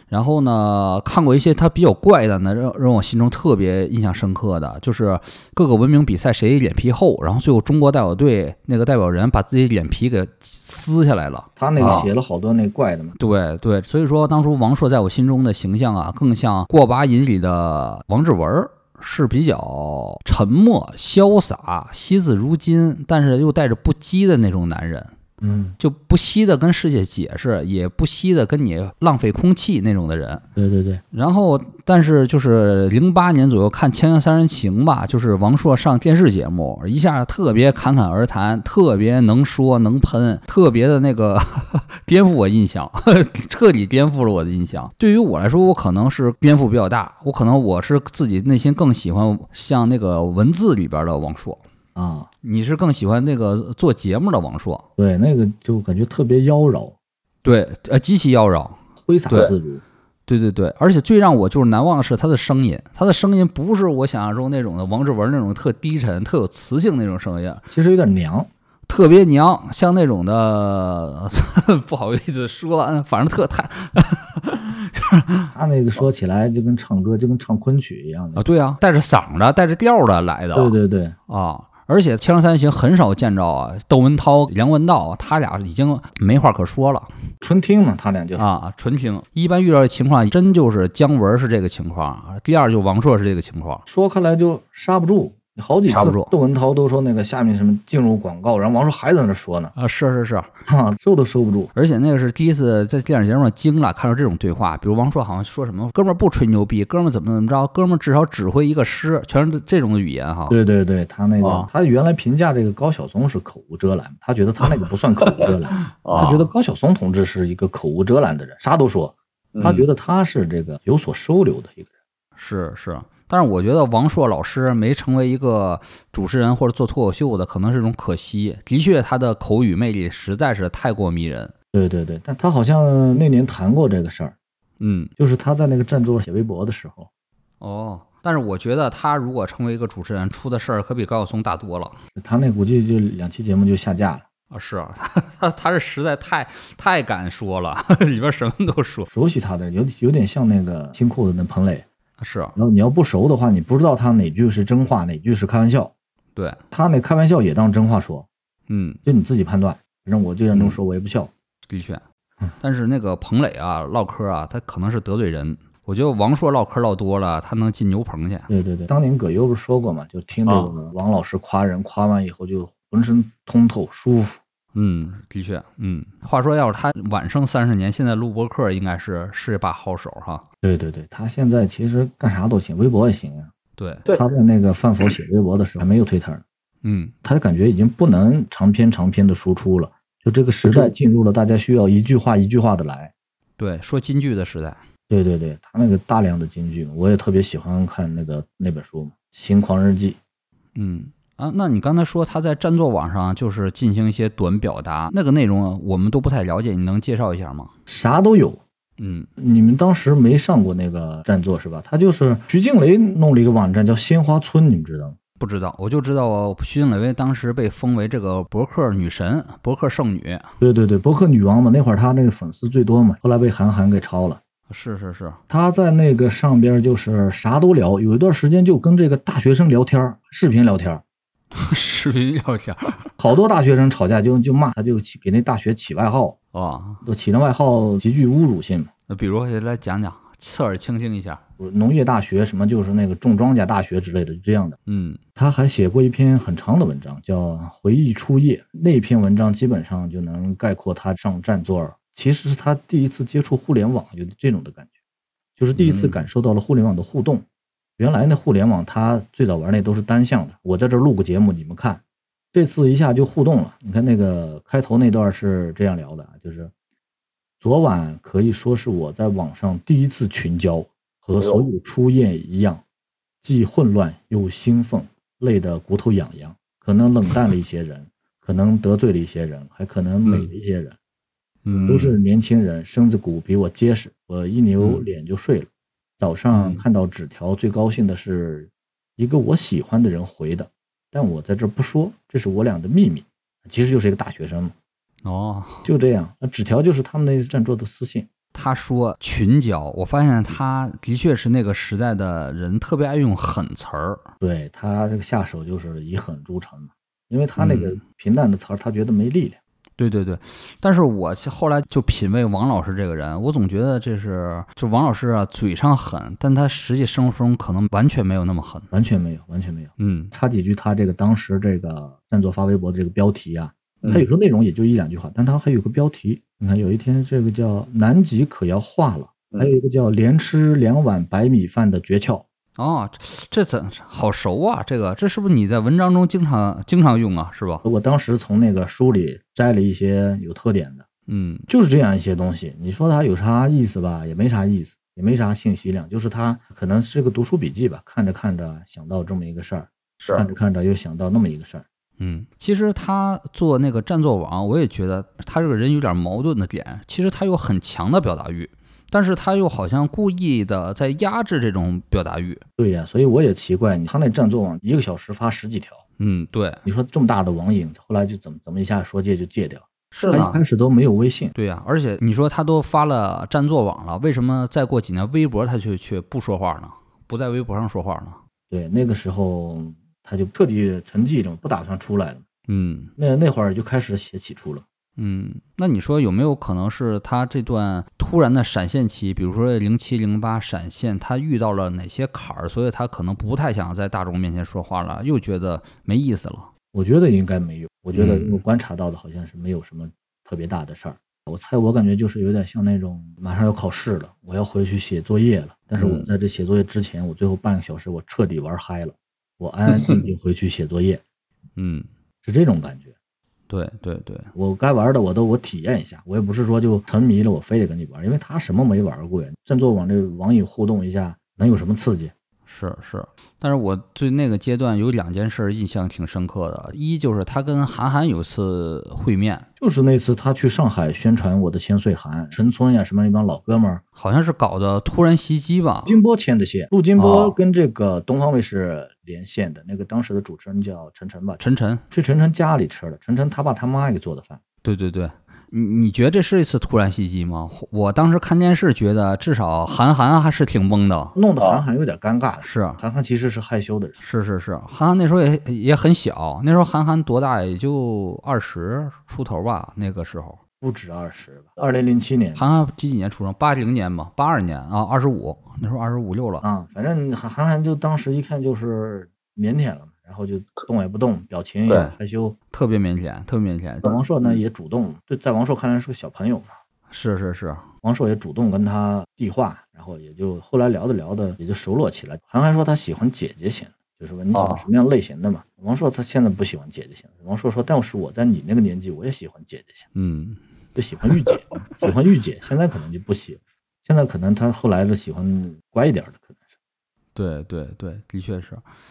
Speaker 3: 然后呢，看过一些他比较怪的呢，让让我心中特别印象深刻的，就是各个文明比赛谁脸皮厚，然后最后中国代表队那个代表人把自己脸皮给撕下来了。
Speaker 1: 他那个
Speaker 3: 啊
Speaker 1: 写了好多那怪的嘛。
Speaker 3: 对对，所以说当初王朔在我心中的形象啊，更像《过把瘾》里的王志文儿，是比较沉默、潇洒、惜字如金，但是又带着不羁的那种男人，
Speaker 1: 嗯，
Speaker 3: 就不惜的跟世界解释，也不惜的跟你浪费空气那种的人。
Speaker 1: 对对对，
Speaker 3: 然后，但是就是零八年左右看《锵锵三人行》吧，就是王朔上电视节目，一下特别侃侃而谈，特别能说能喷，特别的那个 [LAUGHS] 颠覆我印象， [LAUGHS] 彻底颠覆了我的印象。对于我来说，我可能是颠覆比较大，我可能我是自己内心更喜欢像那个文字里边的王朔，
Speaker 1: 啊，
Speaker 3: 你是更喜欢那个做节目的王朔，
Speaker 1: 对，那个就感觉特别妖娆，
Speaker 3: 对，呃，极其妖娆。
Speaker 1: 挥洒
Speaker 3: 对
Speaker 1: 自如。
Speaker 3: 对对对，而且最让我就是难忘的是他的声音，他的声音不是我想象中那种的王志文那种特低沉、特有磁性那种声音，
Speaker 1: 其实有点娘，
Speaker 3: 特别娘，像那种的 [LAUGHS] 不好意思说了，嗯反正特太 [LAUGHS]
Speaker 1: 他那个说起来就跟唱歌，就跟唱昆曲一样
Speaker 3: 啊，
Speaker 1: 的。
Speaker 3: 对啊，带着嗓的、带着调的来的，
Speaker 1: 对对对，
Speaker 3: 啊。而且《锵锵三人行》很少见着啊，窦文涛、梁文道啊他俩已经没话可说了
Speaker 1: 纯听嘛，他俩就是。
Speaker 3: 啊，纯听。一般遇到的情况，真就是姜文是这个情况，第二就王朔是这个情况。
Speaker 1: 说开来就刹不住，好几次
Speaker 3: 刹不住
Speaker 1: 窦文涛都说那个下面什么进入广告，然后王朔还在那说呢，
Speaker 3: 啊，是是是，
Speaker 1: 哈、收都收不住。
Speaker 3: 而且那个是第一次在电影节目上惊了，看到这种对话，比如王朔好像说什么“哥们儿不吹牛逼，哥们儿怎么怎么着，哥们儿至少指挥一个师”，全是这种语言哈。
Speaker 1: 对对对，他那个、
Speaker 3: 啊
Speaker 1: 他原来评价这个高晓松是口无遮拦，他觉得他那个不算口无遮拦，
Speaker 3: 哦
Speaker 1: 他觉得高晓松同志是一个口无遮拦的人，啥都说，
Speaker 3: 嗯
Speaker 1: 他觉得他是这个有所收留的一个人。
Speaker 3: 是是，但是我觉得王朔老师没成为一个主持人或者做脱口秀的，可能是一种可惜。的确，他的口语魅力实在是太过迷人。
Speaker 1: 对对对，但他好像那年谈过这个事儿，
Speaker 3: 嗯，
Speaker 1: 就是他在那个占座写微博的时候，
Speaker 3: 哦，但是我觉得他如果成为一个主持人，出的事儿可比高晓松大多了
Speaker 1: 他那估计就两期节目就下架了。
Speaker 3: 啊！是啊， [LAUGHS] 他他他是实在太太敢说了， [LAUGHS] 里边什么都说。
Speaker 1: 熟悉他的有有点像那个新裤子那彭磊，
Speaker 3: 是啊，
Speaker 1: 然后你要不熟的话，你不知道他哪句是真话，哪句是开玩笑。
Speaker 3: 对，
Speaker 1: 他那开玩笑也当真话说，
Speaker 3: 嗯，
Speaker 1: 就你自己判断。反正我就让这么说，我也不笑。
Speaker 3: 的确。但是那个彭磊啊，唠嗑啊，他可能是得罪人。我觉得王朔唠嗑唠多了，他能进牛棚去。
Speaker 1: 对对对，当年葛优不是说过嘛，就听这
Speaker 3: 啊
Speaker 1: 个王老师夸人，夸完以后就浑身通透舒服。
Speaker 3: 嗯，的确，嗯。话说，要是他晚生三十年，现在录播客应该是是把好手哈。
Speaker 1: 对对对，他现在其实干啥都行，微博也行啊。
Speaker 3: 对，
Speaker 2: 对
Speaker 1: 他在那个饭否写微博的时候还没有推特，
Speaker 3: 嗯，
Speaker 1: 他感觉已经不能长篇长篇的输出了。就这个时代进入了大家需要一句话一句话的来。
Speaker 3: 对，说京剧的时代，
Speaker 1: 对对对，他那个大量的京剧，我也特别喜欢看那个那本书嘛，《新狂日记》。
Speaker 3: 嗯啊，那你刚才说他在占座网上就是进行一些短表达，那个内容我们都不太了解，你能介绍一下吗？
Speaker 1: 啥都有。
Speaker 3: 嗯，
Speaker 1: 你们当时没上过那个占座是吧？他就是徐静蕾弄了一个网站叫鲜花村，你们知道吗？
Speaker 3: 不知道，我就知道徐静蕾当时被封为这个博客女神、博客圣女，
Speaker 1: 对对对，博客女王嘛，那会儿她那个粉丝最多嘛，后来被韩寒给抄了。
Speaker 3: 是是是，
Speaker 1: 她在那个上边就是啥都聊，有一段时间就跟这个大学生聊天儿，视频聊天儿，
Speaker 3: [LAUGHS] 视频聊天啊、
Speaker 1: 好多大学生吵架就就骂，他就起给那大学起外号，
Speaker 3: 哦，
Speaker 1: 都起那外号极具侮辱性嘛。
Speaker 3: 那比如来讲讲，侧耳倾听一下，
Speaker 1: 农业大学什么就是那个种庄稼大学之类的，就这样的。
Speaker 3: 嗯
Speaker 1: 他还写过一篇很长的文章，叫《回忆初夜》。那篇文章基本上就能概括他上占座儿。其实是他第一次接触互联网，有这种的感觉，就是第一次
Speaker 3: 嗯
Speaker 1: 感受到了互联网的互动。原来那互联网，他最早玩那都是单向的，我在这儿录个节目，你们看。这次一下就互动了。你看那个开头那段是这样聊的，啊就是昨晚可以说是我在网上第一次群交，和所有初夜一样，既混乱又兴奋，累得骨头痒痒。可能冷淡了一些人，可能得罪了一些人，还可能美了一些人，
Speaker 3: 嗯，
Speaker 1: 都是年轻人，身子骨比我结实。我一扭
Speaker 3: 嗯
Speaker 1: 脸就睡了。早上
Speaker 3: 嗯
Speaker 1: 看到纸条，最高兴的是一个我喜欢的人回的，但我在这儿不说，这是我俩的秘密。其实就是一个大学生嘛，
Speaker 3: 哦。
Speaker 1: 就这样。那纸条就是他们那占座的私信。
Speaker 3: 他说群交，我发现他的确是那个时代的人特别爱用狠词儿，
Speaker 1: 对他这个下手就是以狠著称嘛，因为他那个
Speaker 3: 嗯
Speaker 1: 平淡的词儿，他觉得没力量。
Speaker 3: 对对对，但是我后来就品味王老师这个人，我总觉得这是就王老师啊，嘴上狠，但他实际生活中可能完全没有那么狠。
Speaker 1: 完全没有，完全没有。
Speaker 3: 嗯
Speaker 1: 插几句他这个当时这个占座发微博的这个标题啊，
Speaker 3: 嗯
Speaker 1: 他有时候内容也就一两句话，但他还有个标题。你看有一天这个叫“南极可要化了”，还有一个叫“连吃两碗白米饭的诀窍
Speaker 3: 哦，这这怎好熟啊？这个这是不是你在文章中经常经常用啊？是吧”。？
Speaker 1: 我当时从那个书里摘了一些有特点的，
Speaker 3: 嗯
Speaker 1: 就是这样一些东西。你说它有啥意思吧，也没啥意思，也没啥信息量，就是它可能是个读书笔记吧，看着看着想到这么一个事儿，
Speaker 2: 是
Speaker 1: 看着看着又想到那么一个事儿。
Speaker 3: 嗯，其实他做那个占座网，我也觉得他这个人有点矛盾的点。其实他有很强的表达欲，但是他又好像故意的在压制这种表达欲。
Speaker 1: 对呀、所以我也奇怪，你他那占座网一个小时发十几条。
Speaker 3: 嗯，对，
Speaker 1: 你说这么大的网瘾，后来就怎么怎么一下说戒就戒掉？
Speaker 3: 是
Speaker 1: 他一开始都没有微信，
Speaker 3: 对呀、而且你说他都发了占座网了，为什么再过几年微博他却却不说话呢？不在微博上说话呢？
Speaker 1: 对，那个时候他就彻底沉寂了，不打算出来了。
Speaker 3: 嗯
Speaker 1: 那那会儿就开始写起初了。
Speaker 3: 嗯，那你说有没有可能是他这段突然的闪现期，比如说零七零八闪现，他遇到了哪些坎儿，所以他可能不太想在大众面前说话了，又觉得没意思了？
Speaker 1: 我觉得应该没有，我觉得
Speaker 3: 嗯
Speaker 1: 我观察到的好像是没有什么特别大的事儿。我猜我感觉就是有点像那种马上要考试了，我要回去写作业了，但是我
Speaker 3: 嗯
Speaker 1: 在这写作业之前，我最后半个小时我彻底玩嗨了，我安安静
Speaker 3: [LAUGHS]
Speaker 1: 静回去写作业，
Speaker 3: 嗯，
Speaker 1: 是这种感觉。
Speaker 3: 对对对，
Speaker 1: 我该玩的我都我体验一下，我也不是说就沉迷了，我非得跟你玩，因为他什么没玩过呀？振作网这网瘾互动一下能有什么刺激？
Speaker 3: 是是，但是我对那个阶段有两件事儿印象挺深刻的，一就是他跟韩寒有一次会面，
Speaker 1: 就是那次他去上海宣传我的千岁寒，陈村呀什么一帮老哥们儿，
Speaker 3: 好像是搞的突然袭击吧，
Speaker 1: 金波牵的线，陆金
Speaker 3: 哦
Speaker 1: 波跟这个东方卫视连线的、那个当时的主持人叫陈晨吧，
Speaker 3: 陈晨，
Speaker 1: 去陈晨家里吃的，陈晨他爸他妈给做的饭。
Speaker 3: 对对对，你你觉得这是一次突然袭击吗？我当时看电视觉得，至少韩寒还是挺懵的，
Speaker 1: 弄得韩寒有点尴尬了。
Speaker 3: 是
Speaker 1: 韩寒其实是害羞的人，
Speaker 3: 是是是，韩寒那时候也也很小，那时候韩寒多大，也就二十出头吧，那个时候。
Speaker 1: 不止二十吧。二零零七年
Speaker 3: 韩寒几几年出生？八零年吧，八二年啊，二十五，那时候二十五六了。
Speaker 1: 啊，反正韩韩寒就当时一看就是腼腆了嘛，然后就动也不动，表情也
Speaker 3: 对
Speaker 1: 害羞。
Speaker 3: 特别腼腆，特别腼腆。
Speaker 1: 王朔呢也主动，对，在王朔看来是个小朋友嘛，
Speaker 3: 是是是，
Speaker 1: 王朔也主动跟他递话，然后也就后来聊着聊着也就熟络起来。韩寒说他喜欢姐姐型的，就是问你喜欢什么样类型的嘛。王朔他现在不喜欢姐姐型的，王朔说，但是我在你那个年纪，我也喜欢姐姐型的。
Speaker 3: 嗯，
Speaker 1: 就喜欢御姐，喜欢御姐，现在可能就不喜欢，现在可能他后来是喜欢乖一点的，可能是
Speaker 3: 对对对，的确是。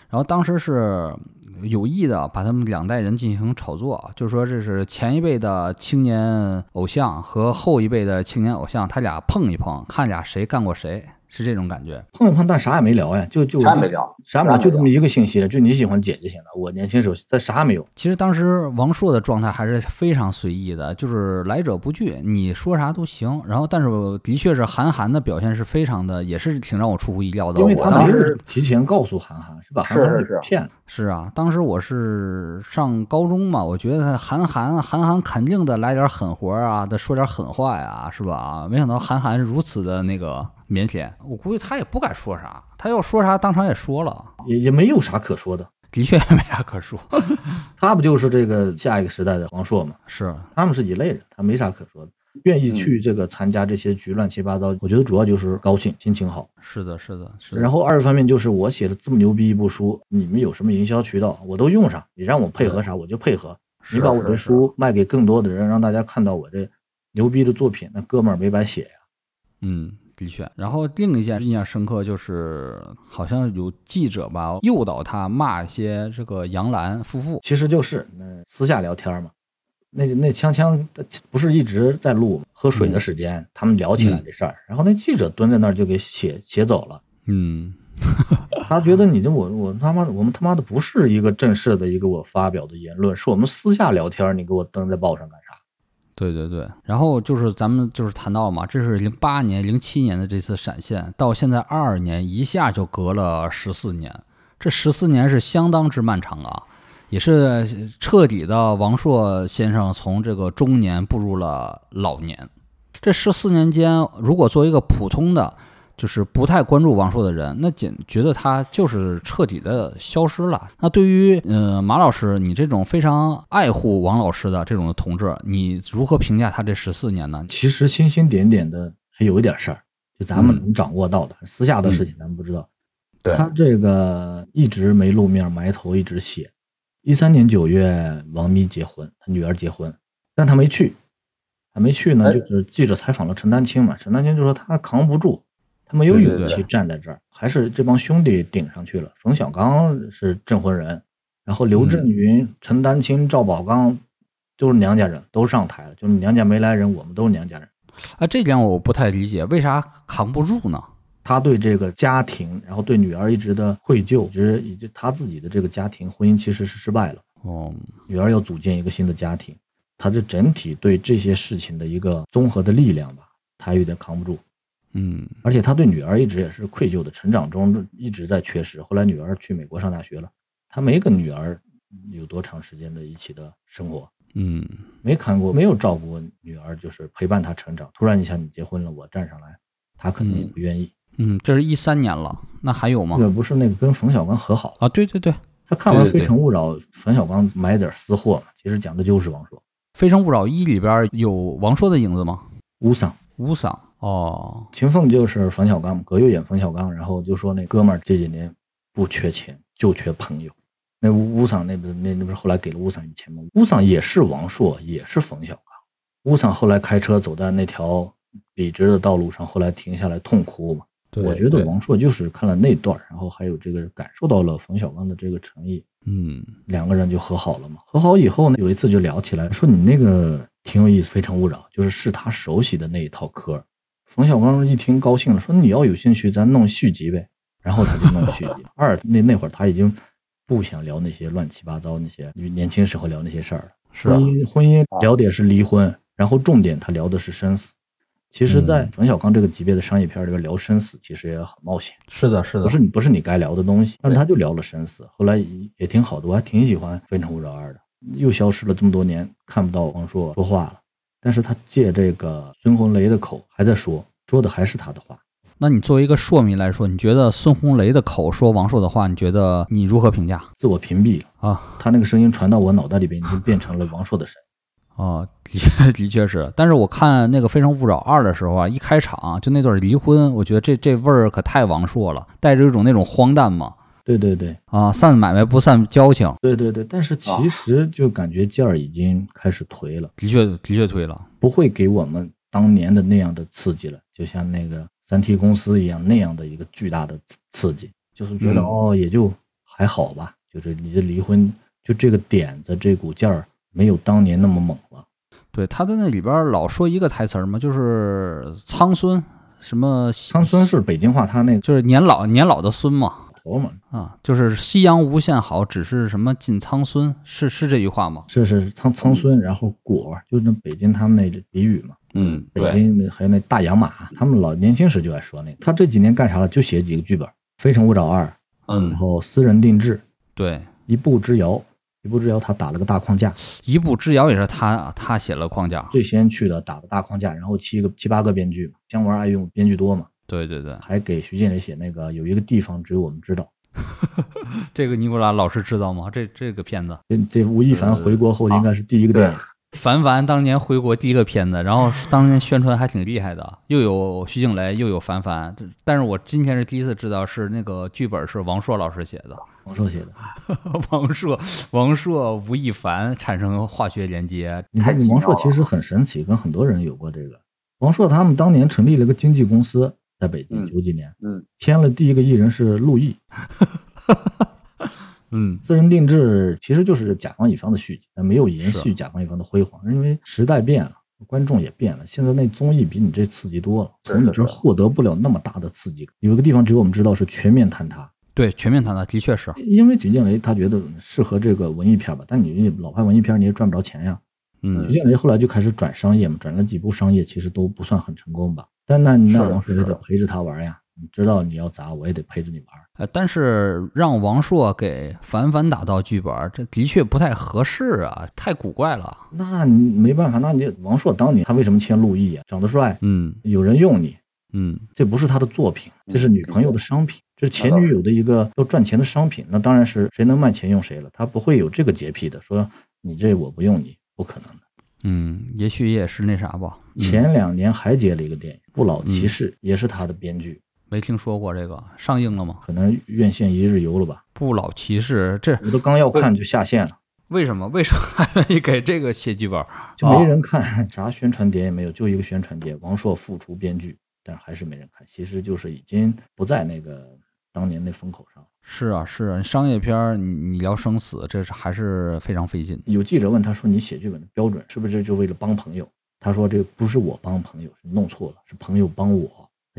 Speaker 3: 然后当时是有意的把他们两代人进行炒作，啊就是说这是前一辈的青年偶像和后一辈的青年偶像，他俩碰一碰，看俩谁干过谁，是这种感觉。
Speaker 1: 碰一碰，但啥也没聊呀，就就
Speaker 2: 啥也没聊，
Speaker 1: 啥也没聊，就这么一个信息，就你喜欢姐姐型的，我年轻时候咱啥也没有，
Speaker 3: 其实当时王朔的状态还是非常随意的，就是来者不拒，你说啥都行。然后，但是我的确是韩寒的表现是非常的，也是挺让我出乎意料的。
Speaker 1: 因为
Speaker 3: 我
Speaker 1: 他
Speaker 3: 当
Speaker 1: 没
Speaker 3: 时
Speaker 1: 有提前告诉韩寒，是把韩寒
Speaker 2: 是
Speaker 1: 给
Speaker 2: 是是
Speaker 1: 骗了，
Speaker 3: 是啊，当时我是上高中嘛，我觉得韩寒，韩寒肯定得来点狠活儿啊，得说点狠话呀，是吧？啊，没想到韩寒如此的那个腼腆，我估计他也不敢说啥，他要说啥当场也说了，
Speaker 1: 也也没有啥可说的。
Speaker 3: 的确也没啥可说。
Speaker 1: 他不就是这个下一个时代的王朔嘛？
Speaker 3: [LAUGHS] 是，
Speaker 1: 他们是一类人，他没啥可说的。愿意去这个参加这些局乱七八糟，我觉得主要就是高兴，心情好。
Speaker 3: 是的，是的，是的。
Speaker 1: 然后二方面就是我写的这么牛逼一部书，你们有什么营销渠道，我都用上。你让我配合啥，我就配合。
Speaker 3: 是啊
Speaker 1: 你把我的
Speaker 3: 是
Speaker 1: 书卖给更多的人，让大家看到我这牛逼的作品，那哥们儿没白写呀。
Speaker 3: 嗯，的确。然后另一件印象深刻就是，好像有记者吧诱导他骂一些这个杨澜夫妇。
Speaker 1: 其实就是那私下聊天嘛。那那锵锵不是一直在录吗喝
Speaker 3: 嗯
Speaker 1: 水的时间，他们聊起来这事儿，然后那记者蹲在那儿就给写写走了。
Speaker 3: 嗯，
Speaker 1: 他觉得你这我我他妈的我们他妈的不是一个正式的一个我发表的言论，是我们私下聊天儿，你给我登在报上干啥？
Speaker 3: 对对对。然后就是咱们就是谈到嘛，这是零八年、零七年的这次闪现，到现在二二年，一下就隔了十四年。这十四年是相当之漫长啊，也是彻底的王朔先生从这个中年步入了老年。这十四年间，如果作为一个普通的，就是不太关注王朔的人，那简觉得他就是彻底的消失了。那对于呃马老师，你这种非常爱护王老师的这种同志，你如何评价他这十四年呢？
Speaker 1: 其实星星点点的还有一点事儿，就咱
Speaker 3: 嗯
Speaker 1: 们能掌握到的，私下的事情咱们不知道。
Speaker 2: 对
Speaker 1: 他这个一直没露面，埋头一直写。一三年九月，王咪结婚，他女儿结婚，但他没去，他没去呢，
Speaker 2: 哎
Speaker 1: 就是记者采访了陈丹青嘛，陈丹青就说他扛不住，他没有
Speaker 3: 对对
Speaker 1: 勇
Speaker 3: 对
Speaker 1: 气站在这儿，还是这帮兄弟顶上去了。冯小刚是证婚人，然后刘
Speaker 3: 嗯
Speaker 1: 震云、陈丹青、赵宝刚都是娘家人，都上台了，就是娘家没来人，我们都是娘家人。
Speaker 3: 啊，这点我不太理解，为啥扛不住呢？
Speaker 1: 他对这个家庭，然后对女儿一直的愧疚，一直以及他自己的这个家庭婚姻其实是失败了，
Speaker 3: 哦，
Speaker 1: 女儿要组建一个新的家庭，他这整体对这些事情的一个综合的力量吧，他有点扛不住。
Speaker 3: 嗯，
Speaker 1: 而且他对女儿一直也是愧疚的，成长中一直在缺失。后来女儿去美国上大学了，他没跟女儿有多长时间的一起的生活，
Speaker 3: 嗯，
Speaker 1: 没看过，没有照顾女儿，就是陪伴她成长。突然一下你结婚了，我站上来，他可能也不愿意。
Speaker 3: 嗯，这是一三年了，那还有吗
Speaker 1: 这？个不是那个跟冯小刚和好了，
Speaker 3: 啊，对对对，《
Speaker 1: 他看完《
Speaker 2: 对对
Speaker 1: 非
Speaker 2: 对
Speaker 1: 诚勿扰》，冯小刚买点私货嘛，其实讲的就是王朔
Speaker 3: 非诚勿扰一》里边有王朔的影子吗？
Speaker 1: 乌桑。
Speaker 3: 吴桑哦，
Speaker 1: 秦凤就是冯小刚嘛，葛优演冯小刚，然后就说那哥们儿这几年不缺钱，就缺朋友。那乌乌桑那不那那不是后来给了乌桑一钱吗？乌桑也是王朔，也是冯小刚。乌桑后来开车走在那条笔直的道路上，后来停下来痛哭嘛。
Speaker 3: 对
Speaker 1: 我觉得
Speaker 4: 对
Speaker 1: 王朔就是看了那段儿，然后还有这个感受到了冯小刚的这个诚意，
Speaker 3: 嗯
Speaker 1: 两个人就和好了嘛。和好以后呢，有一次就聊起来，说你那个挺有意思，《非诚勿扰》就是是他熟悉的那一套嗑儿。冯小刚一听高兴了，说你要有兴趣，咱弄续集呗。然后他就弄续
Speaker 3: [LAUGHS]
Speaker 1: 集二，那那会儿他已经不想聊那些乱七八糟那些年轻时候聊那些事儿了。
Speaker 3: 是啊
Speaker 1: 婚姻婚姻聊的也是离婚，然后重点他聊的是生死。其实，在
Speaker 3: 嗯
Speaker 1: 冯小刚这个级别的商业片里边聊生死，其实也很冒险。
Speaker 3: 是的是的
Speaker 1: 不是你不是你该聊的东西，但是他就聊了生死，后来也挺好的，我还挺喜欢《非诚勿扰二》的。又消失了这么多年，看不到王朔说话了，但是他借这个孙红雷的口还在说，说的还是他的话。
Speaker 3: 那你作为一个朔迷来说，你觉得孙红雷的口说王朔的话，你觉得你如何评价
Speaker 1: 自我屏蔽了，
Speaker 3: 啊？
Speaker 1: 他那个声音传到我脑袋里边，已经变成了王朔的声音。 [LAUGHS]
Speaker 3: 哦，的确的确是，但是我看那个《非诚勿扰二》的时候啊，一开场就那段离婚，我觉得这这味儿可太王朔了，带着一种那种荒诞嘛，
Speaker 1: 对对对
Speaker 3: 啊，散买卖不散交情，
Speaker 1: 对对对，但是其实就感觉劲儿已经开始颓了，
Speaker 3: 的确的确推了，
Speaker 1: 不会给我们当年的那样的刺激了，就像那个三 T 公司一样那样的一个巨大的刺刺激，就是觉得、
Speaker 3: 嗯
Speaker 1: 哦也就还好吧，就是你的离婚就这个点子这股劲儿没有当年那么猛了。
Speaker 3: 对，他在那里边老说一个台词儿嘛，就是苍孙什么
Speaker 1: 苍孙是北京话，他那个
Speaker 3: 就是年老年老的孙嘛，
Speaker 1: 头嘛，
Speaker 3: 啊，就是夕阳无限好，只是什么近苍孙，是是这句话吗？
Speaker 1: 是是苍苍孙，然后果儿就是那北京他们那俚语嘛。
Speaker 3: 嗯，
Speaker 1: 北京那还有那大洋马，他们老年轻时就爱说那个。他这几年干啥了？就写几个剧本，《非诚勿扰二》，然
Speaker 3: 嗯，
Speaker 1: 后《私人定制》，《
Speaker 3: 对，
Speaker 1: 一步之遥》，《一步之遥》他打了个大框架，
Speaker 3: 一步之遥也是他他写了框架，
Speaker 1: 最先去的打的大框架，然后七个七八个编剧嘛，姜文爱用编剧多嘛，
Speaker 3: 对对对，
Speaker 1: 还给徐静蕾写那个有一个地方只有我们知道，
Speaker 3: 这个尼古拉老师知道吗？这这个片子，
Speaker 1: 这这吴亦
Speaker 2: 嗯
Speaker 1: 凡回国后
Speaker 2: 哦
Speaker 1: 应该是第一个电影，
Speaker 3: 凡凡当年回国第一个片子，然后当年宣传还挺厉害的，又有徐静蕾，又有凡凡，但是我今天是第一次知道是那个剧本是王朔老师写的，
Speaker 1: 王朔写的。
Speaker 2: 啊
Speaker 3: [LAUGHS] 王朔王朔吴亦凡产生化学连接，
Speaker 1: 你看
Speaker 2: 太奇妙
Speaker 1: 王朔其实很神奇，跟很多人有过这个。王朔他们当年成立了个经纪公司，在北京
Speaker 2: 嗯
Speaker 1: 九几年，
Speaker 2: 嗯，
Speaker 1: 签了第一个艺人是陆毅，
Speaker 3: 嗯，
Speaker 1: 私人定制其实就是甲方乙方的续集，呃但没有延续甲方乙方的辉煌，因为时代变了，观众也变了。现在那综艺比你这刺激多了，
Speaker 2: 是
Speaker 1: 从你
Speaker 2: 是
Speaker 1: 这儿
Speaker 2: 是
Speaker 1: 获得不了那么大的刺激感。有一个地方只有我们知道是全面坍塌，
Speaker 3: 对，全面谈的的确是，
Speaker 1: 因为徐静蕾她觉得适合这个文艺片吧，但你老拍文艺片你也赚不着钱呀。
Speaker 3: 嗯
Speaker 1: 徐，静蕾后来就开始转商业嘛，转了几部商业，其实都不算很成功吧。但那你那
Speaker 2: 是
Speaker 1: 王朔也
Speaker 2: 是
Speaker 1: 得陪着他玩呀，你知道你要砸，我也得陪着你玩。
Speaker 3: 呃，但是让王朔给凡凡打造剧本，这的确不太合适啊，太古怪了，
Speaker 1: 那你没办法，那你王朔当年他为什么签陆毅啊？长得帅，
Speaker 3: 嗯
Speaker 1: 有人用你，
Speaker 3: 嗯。
Speaker 1: 这不是他的作品，
Speaker 2: 嗯
Speaker 1: 这是女朋友的商品，这是前女友的一个要赚钱的商品。那当然是谁能卖钱用谁了，他不会有这个洁癖的，说你这我不用你，不可能的。
Speaker 3: 嗯，也许也是那啥吧，
Speaker 1: 前两年还接了一个电影《不老骑士》，也是他的编剧，
Speaker 3: 没听说过这个上映了吗？
Speaker 1: 可能院线一日游了吧？
Speaker 3: 不老骑士，这
Speaker 1: 我都刚要看就下线了，
Speaker 3: 为什么？为什么还愿意给这个写剧本？
Speaker 1: 就没人看，啥宣传碟也没有，就一个宣传碟，王朔复出编剧，但还是没人看。其实就是已经不在那个当年那风口上了。
Speaker 3: 是啊，是啊，商业片儿你你聊生死，这是还是非常费劲。
Speaker 1: 有记者问他说：“你写剧本的标准是不是就为了帮朋友？”他说：“这个不是我帮朋友，是弄错了，是朋友帮我。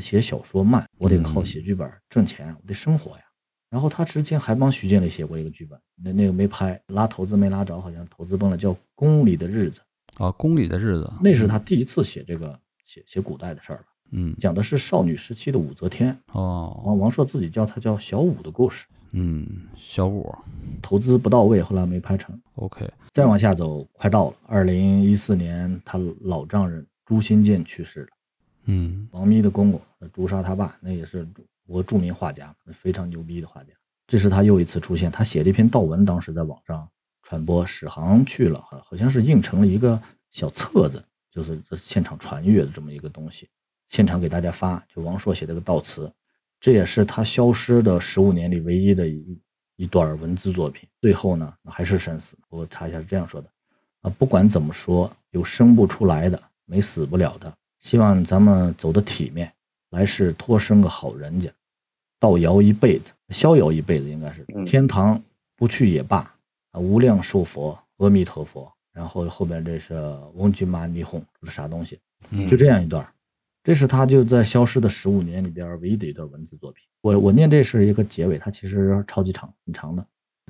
Speaker 1: 写小说慢，我得靠
Speaker 3: 嗯
Speaker 1: 写剧本挣钱，我得生活呀。”然后他之前还帮徐静蕾写过一个剧本，那那个没拍，拉投资没拉着，好像投资崩了，叫《宫里的日子》，
Speaker 3: 啊，宫里的日子，
Speaker 1: 那是他第一次写这个写写古代的事儿了，
Speaker 3: 嗯，
Speaker 1: 讲的是少女时期的武则天，
Speaker 3: 哦，
Speaker 1: 王王朔自己叫她叫小武的故事，
Speaker 3: 嗯，小五
Speaker 1: 投资不到位，后来没拍成。
Speaker 3: ，OK，
Speaker 1: 再往下走，快到了二零一四年，他老丈人朱新建去世了，
Speaker 3: 嗯
Speaker 1: 王咪的公公呃朱砂他爸，那也是我著名画家，非常牛逼的画家。这是他又一次出现，他写了一篇悼文，当时在网上传播，史航去了，好好像是印成了一个小册子，就是现场传阅的这么一个东西，现场给大家发，就王朔写了个悼词，这也是他消失的十五年里唯一的一一段文字作品。最后呢，还是生死。我查一下是这样说的：啊，不管怎么说，有生不出来的，没死不了的。希望咱们走得体面，来世托生个好人家，道遥一辈子，逍遥一辈子应该是
Speaker 2: 嗯
Speaker 1: 天堂不去也罢啊，无量寿佛，阿弥陀佛。然后后边这是翁君妈尼哄，这是啥东西？
Speaker 3: 嗯
Speaker 1: 就这样一段儿，这是他就在消失的十五年里边儿唯一的一段文字作品。我我念这是一个结尾，它其实超级长，很长的。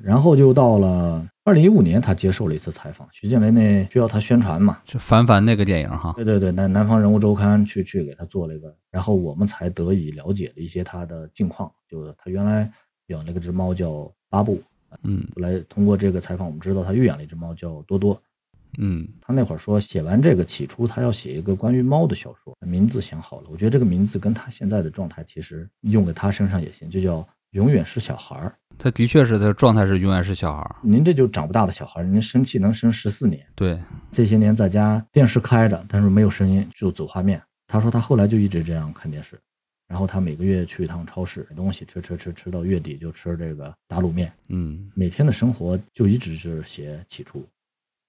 Speaker 1: 然后就到了二零一五年，他接受了一次采访，徐建雷那需要他宣传嘛，
Speaker 3: 这凡凡那个电影哈，
Speaker 1: 对对对，南南方人物周刊去去给他做了一个，然后我们才得以了解了一些他的近况，就是他原来养了一只猫叫巴布，
Speaker 3: 嗯
Speaker 1: 后来通过这个采访，我们知道他又养了一只猫叫多多，
Speaker 3: 嗯
Speaker 1: 他那会儿说，写完这个起初他要写一个关于猫的小说，名字想好了，我觉得这个名字跟他现在的状态其实用给他身上也行，就叫永远是小孩儿。
Speaker 3: 他的确是他的状态是永远是小孩儿，
Speaker 1: 您这就长不大的小孩儿，您生气能生十四年，
Speaker 3: 对，
Speaker 1: 这些年在家电视开着，但是没有声音，就走画面。他说他后来就一直这样看电视，然后他每个月去一趟超市买东西吃吃吃吃到月底就吃这个打卤面，
Speaker 3: 嗯
Speaker 1: 每天的生活就一直是写起初，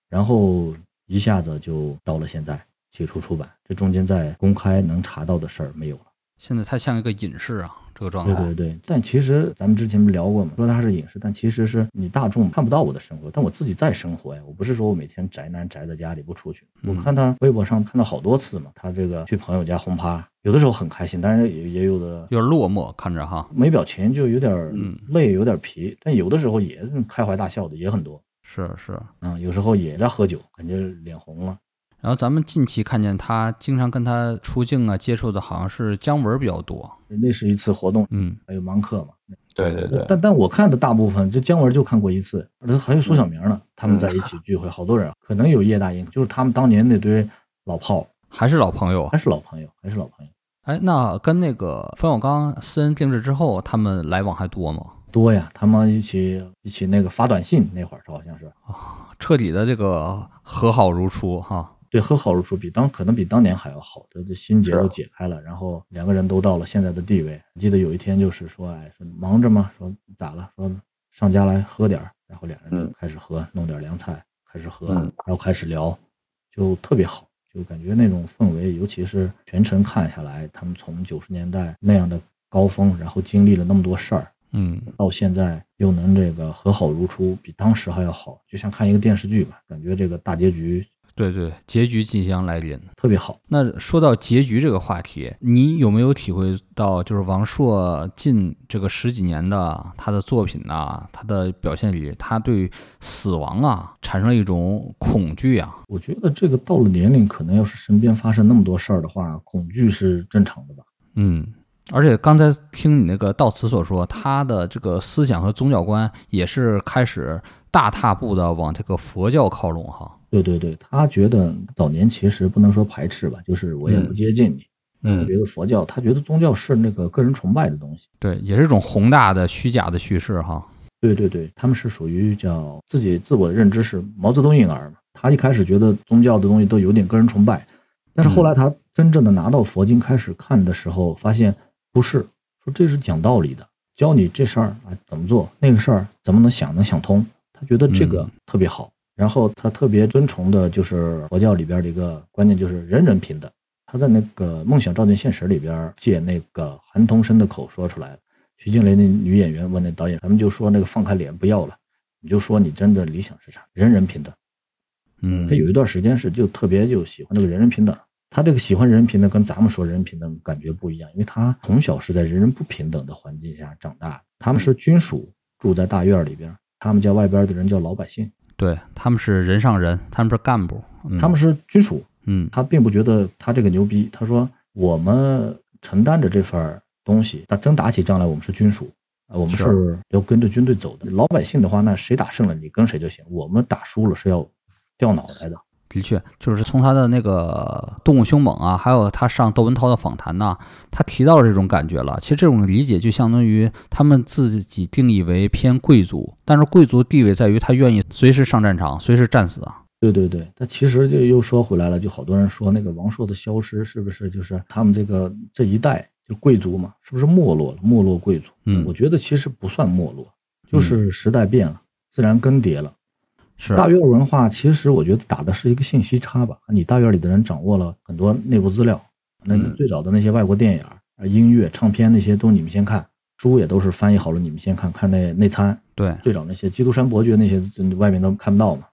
Speaker 1: 然后一下子就到了现在起初出版，这中间在公开能查到的事儿没有了。
Speaker 3: 现在他像一个隐士啊，这个状态，
Speaker 1: 对对对，但其实咱们之前不聊过嘛，说它是隐士，但其实是你大众看不到我的生活，但我自己在生活呀。我不是说我每天宅男宅在家里不出去，我
Speaker 3: 嗯
Speaker 1: 看他微博上看到好多次嘛，他这个去朋友家轰趴，有的时候很开心，但是也也有的
Speaker 3: 有点落寞，看着哈，
Speaker 1: 没表情，就有点儿
Speaker 3: 嗯
Speaker 1: 累，有点皮，但有的时候也是开怀大笑的也很多。
Speaker 3: 是是。
Speaker 1: 嗯，有时候也在喝酒，感觉脸红了。
Speaker 3: 然后咱们近期看见他经常跟他出镜啊接触的，好像是姜文比较多。
Speaker 1: 那是一次活动，
Speaker 3: 嗯，
Speaker 1: 还有盲课嘛。
Speaker 2: 对对对，
Speaker 1: 但但我看的大部分，就姜文就看过一次，而且还有苏小明呢，他们在一起聚会，好多人，啊可能有叶大鹰，就是他们当年那堆老炮，
Speaker 3: 还是老朋友啊
Speaker 1: 还。是老朋友，还是老朋友
Speaker 3: 哎，那跟那个冯小刚私人定制之后，他们来往还多吗？
Speaker 1: 多呀。他们一起一起那个发短信那会儿，好像是
Speaker 3: 彻底的这个和好如初哈。
Speaker 1: 对和好如初，比当可能比当年还要好，这这心结
Speaker 2: 是啊
Speaker 1: 都解开了，然后两个人都到了现在的地位。记得有一天就是说，哎，说忙着吗？说咋了？说上家来喝点儿，然后俩人就
Speaker 2: 嗯
Speaker 1: 开始喝，弄点凉菜，开始喝，
Speaker 2: 嗯
Speaker 1: 然后开始聊，就特别好，就感觉那种氛围，尤其是全程看下来，他们从九十年代那样的高峰，然后经历了那么多事儿，
Speaker 3: 嗯，
Speaker 1: 到现在又能这个和好如初，比当时还要好，就像看一个电视剧吧，感觉这个大结局
Speaker 3: 对对，结局即将来临。
Speaker 1: 特别好。
Speaker 3: 那说到结局这个话题，你有没有体会到，就是王朔近这个十几年的他的作品呐、他的表现里，他对死亡啊产生了一种恐惧啊？
Speaker 1: 我觉得这个到了年龄，可能要是身边发生那么多事儿的话，恐惧是正常的吧？
Speaker 3: 嗯，而且刚才听你那个悼词所说，他的这个思想和宗教观也是开始大踏步的往这个佛教靠拢哈。
Speaker 1: 对对对，他觉得早年其实不能说排斥吧，就是我也不
Speaker 2: 嗯
Speaker 1: 接近你。我
Speaker 2: 嗯
Speaker 1: 觉得佛教，他觉得宗教是那个个人崇拜的东西。
Speaker 3: 对，也是一种宏大的虚假的叙事哈。
Speaker 1: 对对对，他们是属于叫自己自我的认知是毛泽东婴儿嘛。他一开始觉得宗教的东西都有点个人崇拜，但是后来他真正的拿到佛经开始看的时候，发现不是，说这是讲道理的，教你这事儿啊怎么做，那个事儿怎么能想能想通。他觉得这个
Speaker 3: 嗯
Speaker 1: 特别好，然后他特别尊崇的就是佛教里边的一个观念，就是人人平等。他在那个《梦想照进现实》里边借那个韩童生的口说出来了。徐静蕾那女演员问那导演，咱们就说那个放开脸不要了，你就说你真的理想是啥？人人平等。
Speaker 3: 嗯
Speaker 1: 他，有一段时间是就特别就喜欢这个人人平等。他这个喜欢人人平等跟咱们说人人平等感觉不一样，因为他从小是在人人不平等的环境下长大的。他们是军属，住在大院里边，他们家外边的人叫老百姓，
Speaker 3: 对，他们是人上人，他们是干部，嗯、
Speaker 1: 他们是军属，
Speaker 3: 嗯
Speaker 1: 他并不觉得他这个牛逼，他说我们承担着这份儿东西，打真打起仗来，我们是军属。啊，我们是要跟着军队走的。老百姓的话，那谁打胜了你跟谁就行。我们打输了是要掉脑袋的。
Speaker 3: 的确，就是从他的那个《动物凶猛》啊，还有他上窦文涛的访谈呐、他提到这种感觉了。其实这种理解就相当于他们自己定义为偏贵族，但是贵族地位在于他愿意随时上战场，随时战死啊。
Speaker 1: 对对对，但其实就又说回来了，就好多人说那个王朔的消失是不是就是他们这个这一代就贵族嘛，是不是没落了？没落贵族？
Speaker 3: 嗯
Speaker 1: 我觉得其实不算没落，就是时代变了，自然更迭了。
Speaker 3: 是，
Speaker 1: 大院文化其实我觉得打的是一个信息差吧。你大院里的人掌握了很多内部资料，那
Speaker 2: 嗯
Speaker 1: 最早的那些外国电影儿，呃音乐、唱片那些都你们先看，书也都是翻译好了，你们先看看内内参。
Speaker 3: 对
Speaker 1: 最早那些基督山伯爵那些，嗯外面都看不到嘛。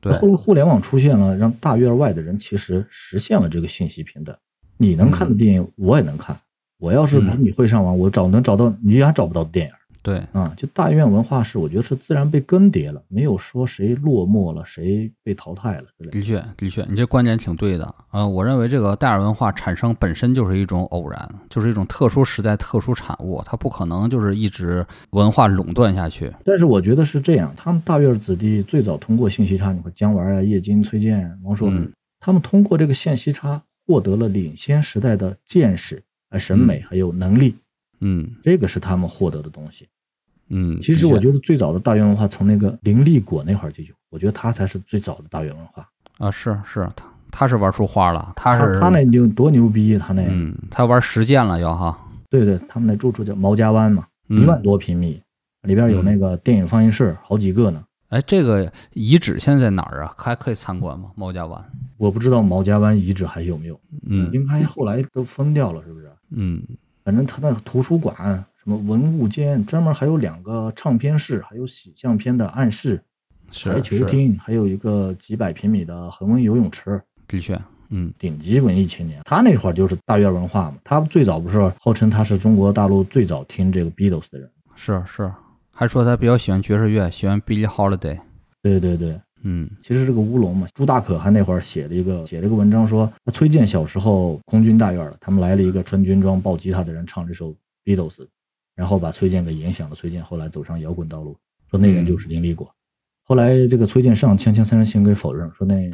Speaker 3: 对，
Speaker 1: 后互联网出现了，让大院外的人其实实现了这个信息平等。你能看的电影，我也能看。我要是比
Speaker 3: 嗯
Speaker 1: 你会上网，我找能找到你还找不到的电影
Speaker 3: 对
Speaker 1: 啊、就大院文化是，我觉得是自然被更迭了，没有说谁落寞了，谁被淘汰了之类的。
Speaker 3: 的确，的确，你这观点挺对的。呃，我认为这个戴尔文化产生本身就是一种偶然，就是一种特殊时代特殊产物，它不可能就是一直文化垄断下去。
Speaker 1: 但是我觉得是这样，他们大院子弟最早通过信息差，你看姜文啊、叶金、崔健、王朔，
Speaker 3: 嗯
Speaker 1: 他们通过这个信息差获得了领先时代的见识、呃审美还有能力，
Speaker 3: 嗯
Speaker 1: 这个是他们获得的东西。
Speaker 3: 嗯，
Speaker 1: 其实我觉得最早的大院文化从那个林立果那会儿就有，我觉得他才是最早的大院文化。
Speaker 3: 啊、是是，他他是玩出花了，他
Speaker 1: 他
Speaker 3: 是
Speaker 1: 他那牛多牛逼，他那、
Speaker 3: 嗯，他玩实践了要哈，
Speaker 1: 对对，他们那住处叫毛家湾嘛，
Speaker 3: 嗯
Speaker 1: 一万多平米，里边有那个电影放映室，好几个呢。
Speaker 3: 哎，这个遗址现在在哪儿啊？还可以参观吗？猫家湾？
Speaker 1: 我不知道毛家湾遗址还有没有，
Speaker 3: 嗯
Speaker 1: 应该后来都封掉了，是不是？
Speaker 3: 嗯
Speaker 1: 反正他那个图书馆、什么文物间，专门还有两个唱片室，还有洗相片的暗室、
Speaker 3: 是
Speaker 1: 台球
Speaker 3: 是，
Speaker 1: 厅，还有一个几百平米的恒温游泳池。
Speaker 3: 的确，嗯
Speaker 1: 顶级文艺青年，他那会儿就是大院文化嘛。他最早不是号称他是中国大陆最早听这个 Beatles 的人。
Speaker 3: 是是，还说他比较喜欢爵士乐，喜欢 Billie Holiday。
Speaker 1: 对对对，
Speaker 3: 嗯
Speaker 1: 其实是个乌龙嘛。朱大可还那会儿写了一个写了一个文章说，他崔健小时候空军大院了，他们来了一个穿军装抱吉他的人唱这首 Beatles，然后把崔健给影响了。崔健后来走上摇滚道路，说那人就是林立果。后来这个崔健上《锵锵三人行》给否认，说那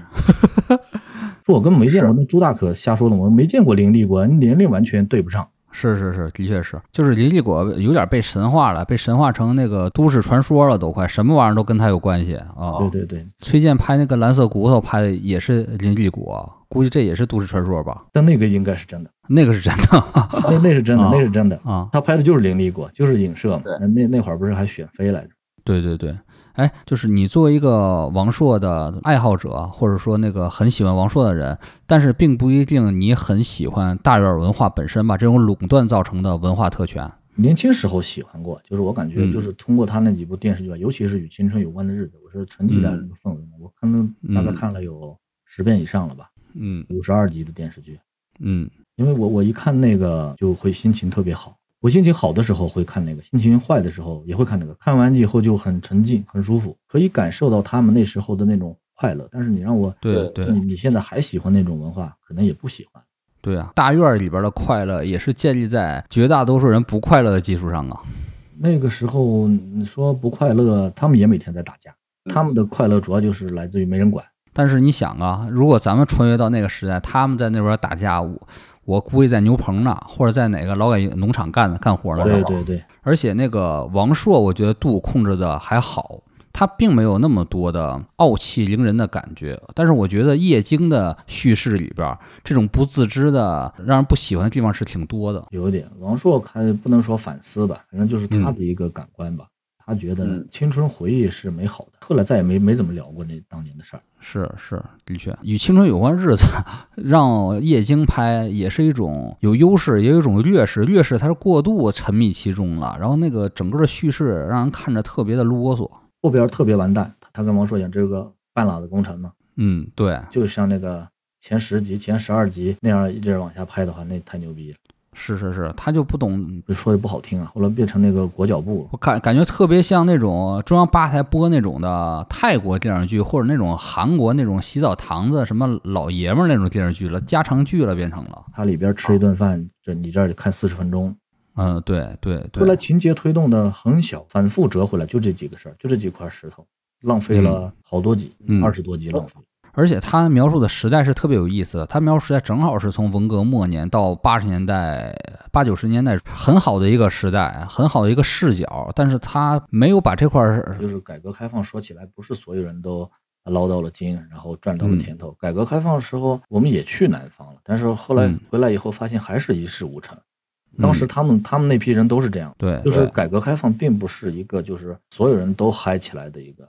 Speaker 1: 说我根本没见过，那朱大可瞎说的，我没见过林立果，年龄完全对不上。
Speaker 3: 是是是，的确是，就是林立果有点被神化了，被神化成那个都市传说了，都快什么玩意儿都跟他有关系啊、
Speaker 1: 对对对，
Speaker 3: 崔健拍那个《蓝色骨头》拍的也是林立果，估计这也是都市传说吧？
Speaker 1: 但那个应该是真
Speaker 3: [LAUGHS]
Speaker 1: 的，
Speaker 3: 那个是真的
Speaker 1: 那那是真的，
Speaker 3: 啊
Speaker 1: 那是真的。
Speaker 3: 啊！ [LAUGHS]
Speaker 1: 他拍的就是林立果，就是影射嘛
Speaker 3: 对。
Speaker 1: 那那那会儿不是还选妃来着？
Speaker 3: 对对对，哎，就是你作为一个王朔的爱好者，或者说那个很喜欢王朔的人，但是并不一定你很喜欢大院文化本身吧，这种垄断造成的文化特权。
Speaker 1: 年轻时候喜欢过，就是我感觉
Speaker 3: 嗯
Speaker 1: 就是通过他那几部电视剧，吧，尤其是与青春有关的日子，我是沉浸在
Speaker 3: 嗯
Speaker 1: 那个氛围里。我可能大概看了有十遍以上了吧，
Speaker 3: 嗯
Speaker 1: 五十二集的电视剧。
Speaker 3: 嗯
Speaker 1: 因为我我一看那个就会心情特别好，我心情好的时候会看那个，心情坏的时候也会看那个。看完以后就很沉浸，很舒服，可以感受到他们那时候的那种快乐。但是你让我
Speaker 3: 对对
Speaker 1: 嗯你你现在还喜欢那种文化，可能也不喜欢。
Speaker 3: 对啊，大院儿里边的快乐也是建立在绝大多数人不快乐的基础上啊。
Speaker 1: 那个时候你说不快乐，他们也每天在打架，他们的快乐主要就是来自于没人管。
Speaker 3: 但是你想啊，如果咱们穿越到那个时代，他们在那边打架，我我估计在牛棚呢，或者在哪个劳改农场干干活呢，
Speaker 1: 对对对，
Speaker 3: 而且那个王朔，我觉得度控制的还好，他并没有那么多的傲气凌人的感觉。但是我觉得叶京的叙事里边儿，这种不自知的让人不喜欢的地方是挺多的。
Speaker 1: 有一点王朔还不能说反思吧，反正就是他的一个感官吧。他觉得
Speaker 4: 嗯
Speaker 1: 青春回忆是美好的，后来再也没没怎么聊过那当年的事儿。
Speaker 3: 是是，的确，与青春有关日子， [LAUGHS] 让叶京拍也是一种有优势，也有一种劣势。劣势它是过度沉迷其中了，然后那个整个的叙事让人看着特别的啰嗦。
Speaker 1: 后边特别完蛋，他他跟王朔演这个半拉的功臣嘛，
Speaker 3: 嗯，对，
Speaker 1: 就像那个前十集、前十二集那样一直往下拍的话，那太牛逼了。
Speaker 3: 是是是，他就不懂
Speaker 1: 就说的不好听啊，后来变成那个裹脚布了。
Speaker 3: 我感感觉特别像那种中央八台播那种的泰国电视剧，或者那种韩国那种洗澡堂子什么老爷们儿那种电视剧了，家常剧了，变成了。
Speaker 1: 他里边吃一顿饭，这你这儿看四十分钟，
Speaker 3: 嗯，对对
Speaker 1: 后来
Speaker 3: 对，
Speaker 1: 情节推动的很小，反复折回来就这几个事儿，就这几块石头，浪费了好多集
Speaker 3: 嗯，
Speaker 1: 二十、多集浪费。
Speaker 3: 而且他描述的时代是特别有意思的，他描述时代正好是从文革末年到八十年代、八九十年代，很好的一个时代，很好的一个视角，但是他没有把这块儿
Speaker 1: 就是改革开放说起来，不是所有人都捞到了金，然后赚到了甜头。改革开放的时候，我们也去南方了，但是后来
Speaker 3: 嗯
Speaker 1: 回来以后发现还是一事无成。当时他们他们那批人都是这样，
Speaker 3: 对，
Speaker 1: 就是
Speaker 3: 对
Speaker 1: 改革开放并不是一个就是所有人都嗨起来的一个，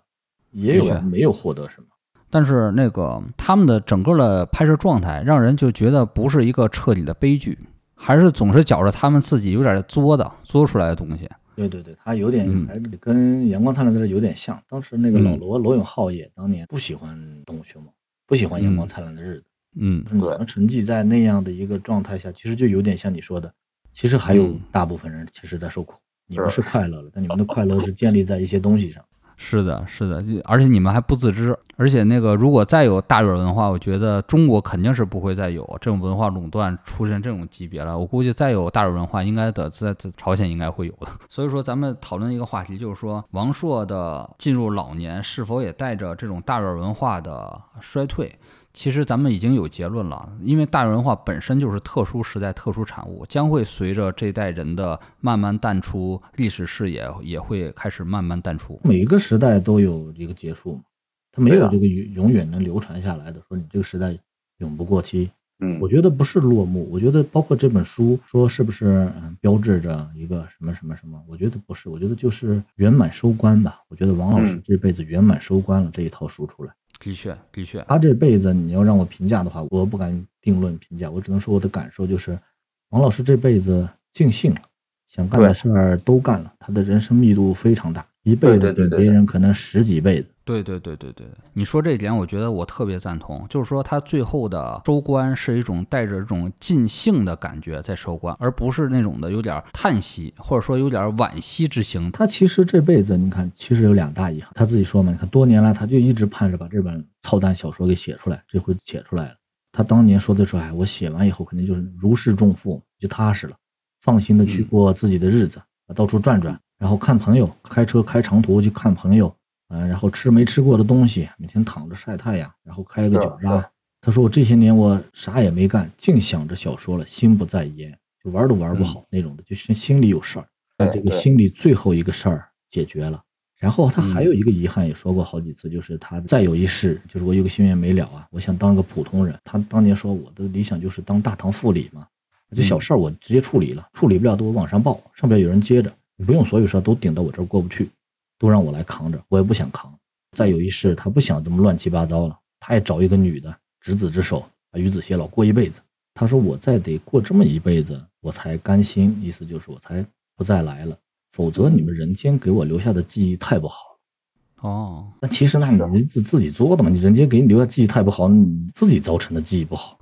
Speaker 1: 也
Speaker 3: 的
Speaker 1: 有
Speaker 3: 确
Speaker 1: 人没有获得什么。
Speaker 3: 但是那个他们的整个的拍摄状态，让人就觉得不是一个彻底的悲剧，还是总是觉着他们自己有点作的作出来的东西。
Speaker 1: 对对对，他有点、
Speaker 3: 嗯
Speaker 1: 还是跟《阳光灿烂的日子》有点像。当时那个老
Speaker 3: 嗯
Speaker 1: 罗、罗永浩也当年不喜欢《动物凶猛》，不喜欢《阳光灿烂的日子》
Speaker 3: 嗯
Speaker 1: 就是你们成绩在那样的一个状态下，其实就有点像你说的，其实还有
Speaker 3: 嗯
Speaker 1: 大部分人其实在受苦。你们是快乐了，但你们的快乐是建立在一些东西上。
Speaker 3: 是的，是的，就而且你们还不自知，而且那个如果再有大院文化，我觉得中国肯定是不会再有这种文化垄断出现这种级别了。我估计再有大院文化，应该的在在朝鲜应该会有的。所以说，咱们讨论一个话题，就是说王朔的进入老年是否也带着这种大院文化的衰退。其实咱们已经有结论了，因为大众文化本身就是特殊时代特殊产物，将会随着这代人的慢慢淡出历史视野，也会开始慢慢淡出。
Speaker 1: 每一个时代都有一个结束嘛，它没
Speaker 2: 对
Speaker 1: 有
Speaker 2: 啊
Speaker 1: 这个永永远能流传下来的，说你这个时代永不过期。
Speaker 2: 嗯
Speaker 1: 我觉得不是落幕，我觉得包括这本书说是不是嗯标志着一个什么什么什么，我觉得不是，我觉得就是圆满收官吧。我觉得王老师
Speaker 2: 嗯
Speaker 1: 这辈子圆满收官了这一套书出来，
Speaker 3: 的确，的确，
Speaker 1: 他这辈子你要让我评价的话，我不敢定论评价，我只能说我的感受就是，王老师这辈子尽兴了，想干的
Speaker 2: 对
Speaker 1: 事儿都干了，他的人生密度非常大，一
Speaker 2: 对
Speaker 1: 辈子
Speaker 2: 对对
Speaker 1: 比
Speaker 2: 对
Speaker 1: 别
Speaker 2: 对
Speaker 1: 人可能十几辈子。
Speaker 3: 对对对对对，你说这一点，我觉得我特别赞同。就是说，他最后的收官是一种带着这种尽兴的感觉在收官，而不是那种的有点叹息，或者说有点惋惜之情。
Speaker 1: 他其实这辈子，你看，其实有两大遗憾。他自己说嘛，你看多年来，他就一直盼着把这本操蛋小说给写出来，这回写出来了。他当年说的时候，哎，我写完以后肯定就是如释重负，就踏实了，放心的去
Speaker 3: 嗯
Speaker 1: 过自己的日子，到处转转，然后看朋友，开车开长途去看朋友，嗯、然后吃没吃过的东西，每天躺着晒太阳，然后开个
Speaker 2: 是
Speaker 1: 酒
Speaker 2: 是
Speaker 1: 吧。他说我这些年我啥也没干，净想着小说了，心不在焉，就玩都玩
Speaker 2: 嗯
Speaker 1: 不好那种的，就是心里有事儿。把
Speaker 2: 对
Speaker 1: 这个
Speaker 2: 对
Speaker 1: 心里最后一个事儿解决了。然后他还有
Speaker 2: 嗯
Speaker 1: 一个遗憾，也说过好几次，就是他再有一世，就是我有个心愿没了啊，我想当个普通人。他当年说我的理想就是当大堂副理嘛，这小事儿我直接处理了，处理不了的我往上报，上边有人接着，你不用所有事儿都顶到我这儿过不去，都让我来扛着，我也不想扛。再有一世，他不想这么乱七八糟了，他也找一个女的，执子之手，把与子偕老过一辈子。他说我再得过这么一辈子，我才甘心，意思就是我才不再来了，否则你们人间给我留下的记忆太不好了。
Speaker 3: [LAUGHS] 哦，
Speaker 1: 但其实那你自自己作的嘛，你人间给你留下记忆太不好，你自己造成的记忆不好，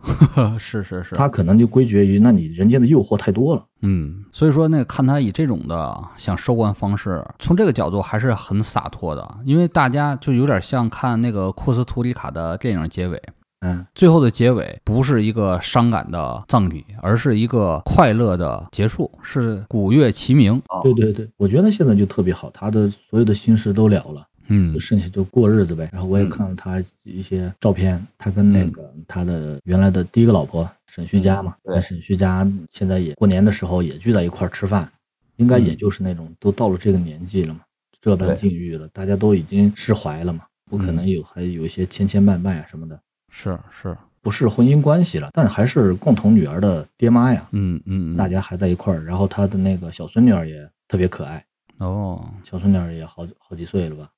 Speaker 3: 是是是，
Speaker 1: 他可能就归结于那你人间的诱惑太多了。
Speaker 3: 嗯，所以说那看他以这种的想收官方式，从这个角度还是很洒脱的，因为大家就有点像看那个库斯图里卡的电影结尾，
Speaker 1: 嗯，
Speaker 3: 最后的结尾不是一个伤感的葬礼，而是一个快乐的结束，是鼓乐齐鸣。
Speaker 1: 对对对，我觉得现在就特别好，他的所有的心事都了了，
Speaker 3: 嗯
Speaker 1: 就，剩下就过日子呗。然后我也
Speaker 2: 嗯
Speaker 1: 看了他一些照片，他跟那个他的原来的第一个老婆沈旭佳嘛，
Speaker 2: 嗯对
Speaker 1: 跟沈旭佳现在也过年的时候也聚在一块儿吃饭，应该也
Speaker 3: 嗯
Speaker 1: 就是那种都到了这个年纪了嘛，这般
Speaker 2: 对嗯
Speaker 1: 境遇了，大家都已经释怀了嘛，不可能有还有一些牵牵绊绊呀、啊什么的，
Speaker 3: 是是，
Speaker 1: 不是婚姻关系了，但还是共同女儿的爹妈呀，
Speaker 3: 嗯嗯，
Speaker 1: 大
Speaker 3: 嗯
Speaker 1: 家还在一块儿。然后他的那个小孙女儿也特别可爱。
Speaker 3: 哦，
Speaker 1: 小孙女儿也好好几岁了吧，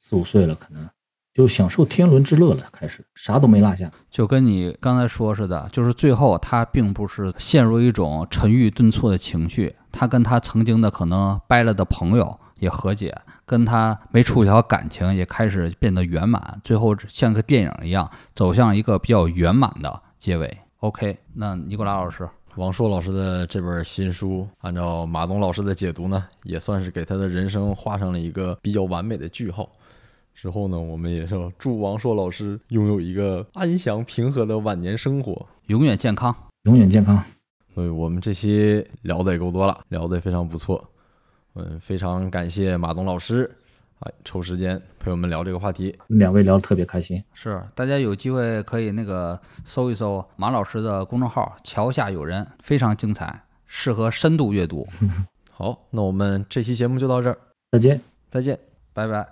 Speaker 1: 四五岁了，可能就享受天伦之乐了，开始啥都没落下。
Speaker 3: 就跟你刚才说似的，就是最后他并不是陷入一种沉郁顿挫的情绪，他跟他曾经的可能掰了的朋友也和解，跟他没处理好感情也开始变得圆满，最后像个电影一样走向一个比较圆满的结尾。OK，那尼古拉老师，
Speaker 4: 王朔老师的这本新书，按照马东老师的解读呢，也算是给他的人生画上了一个比较完美的句号。之后呢，我们也要祝王朔老师拥有一个安详平和的晚年生活。
Speaker 3: 永远健康。
Speaker 1: 永远健康，
Speaker 4: 所以我们这期聊的也够多了，聊的也非常不错。嗯，非常感谢马东老师啊，抽时间陪我们聊这个话题。
Speaker 1: 两位聊得特别开心。
Speaker 3: 是，大家有机会可以那个搜一搜马老师的公众号“桥下有人”，非常精彩，适合深度阅读。
Speaker 4: 好，那我们这期节目就到这儿，
Speaker 1: 再见。
Speaker 4: 再见。
Speaker 3: 拜拜。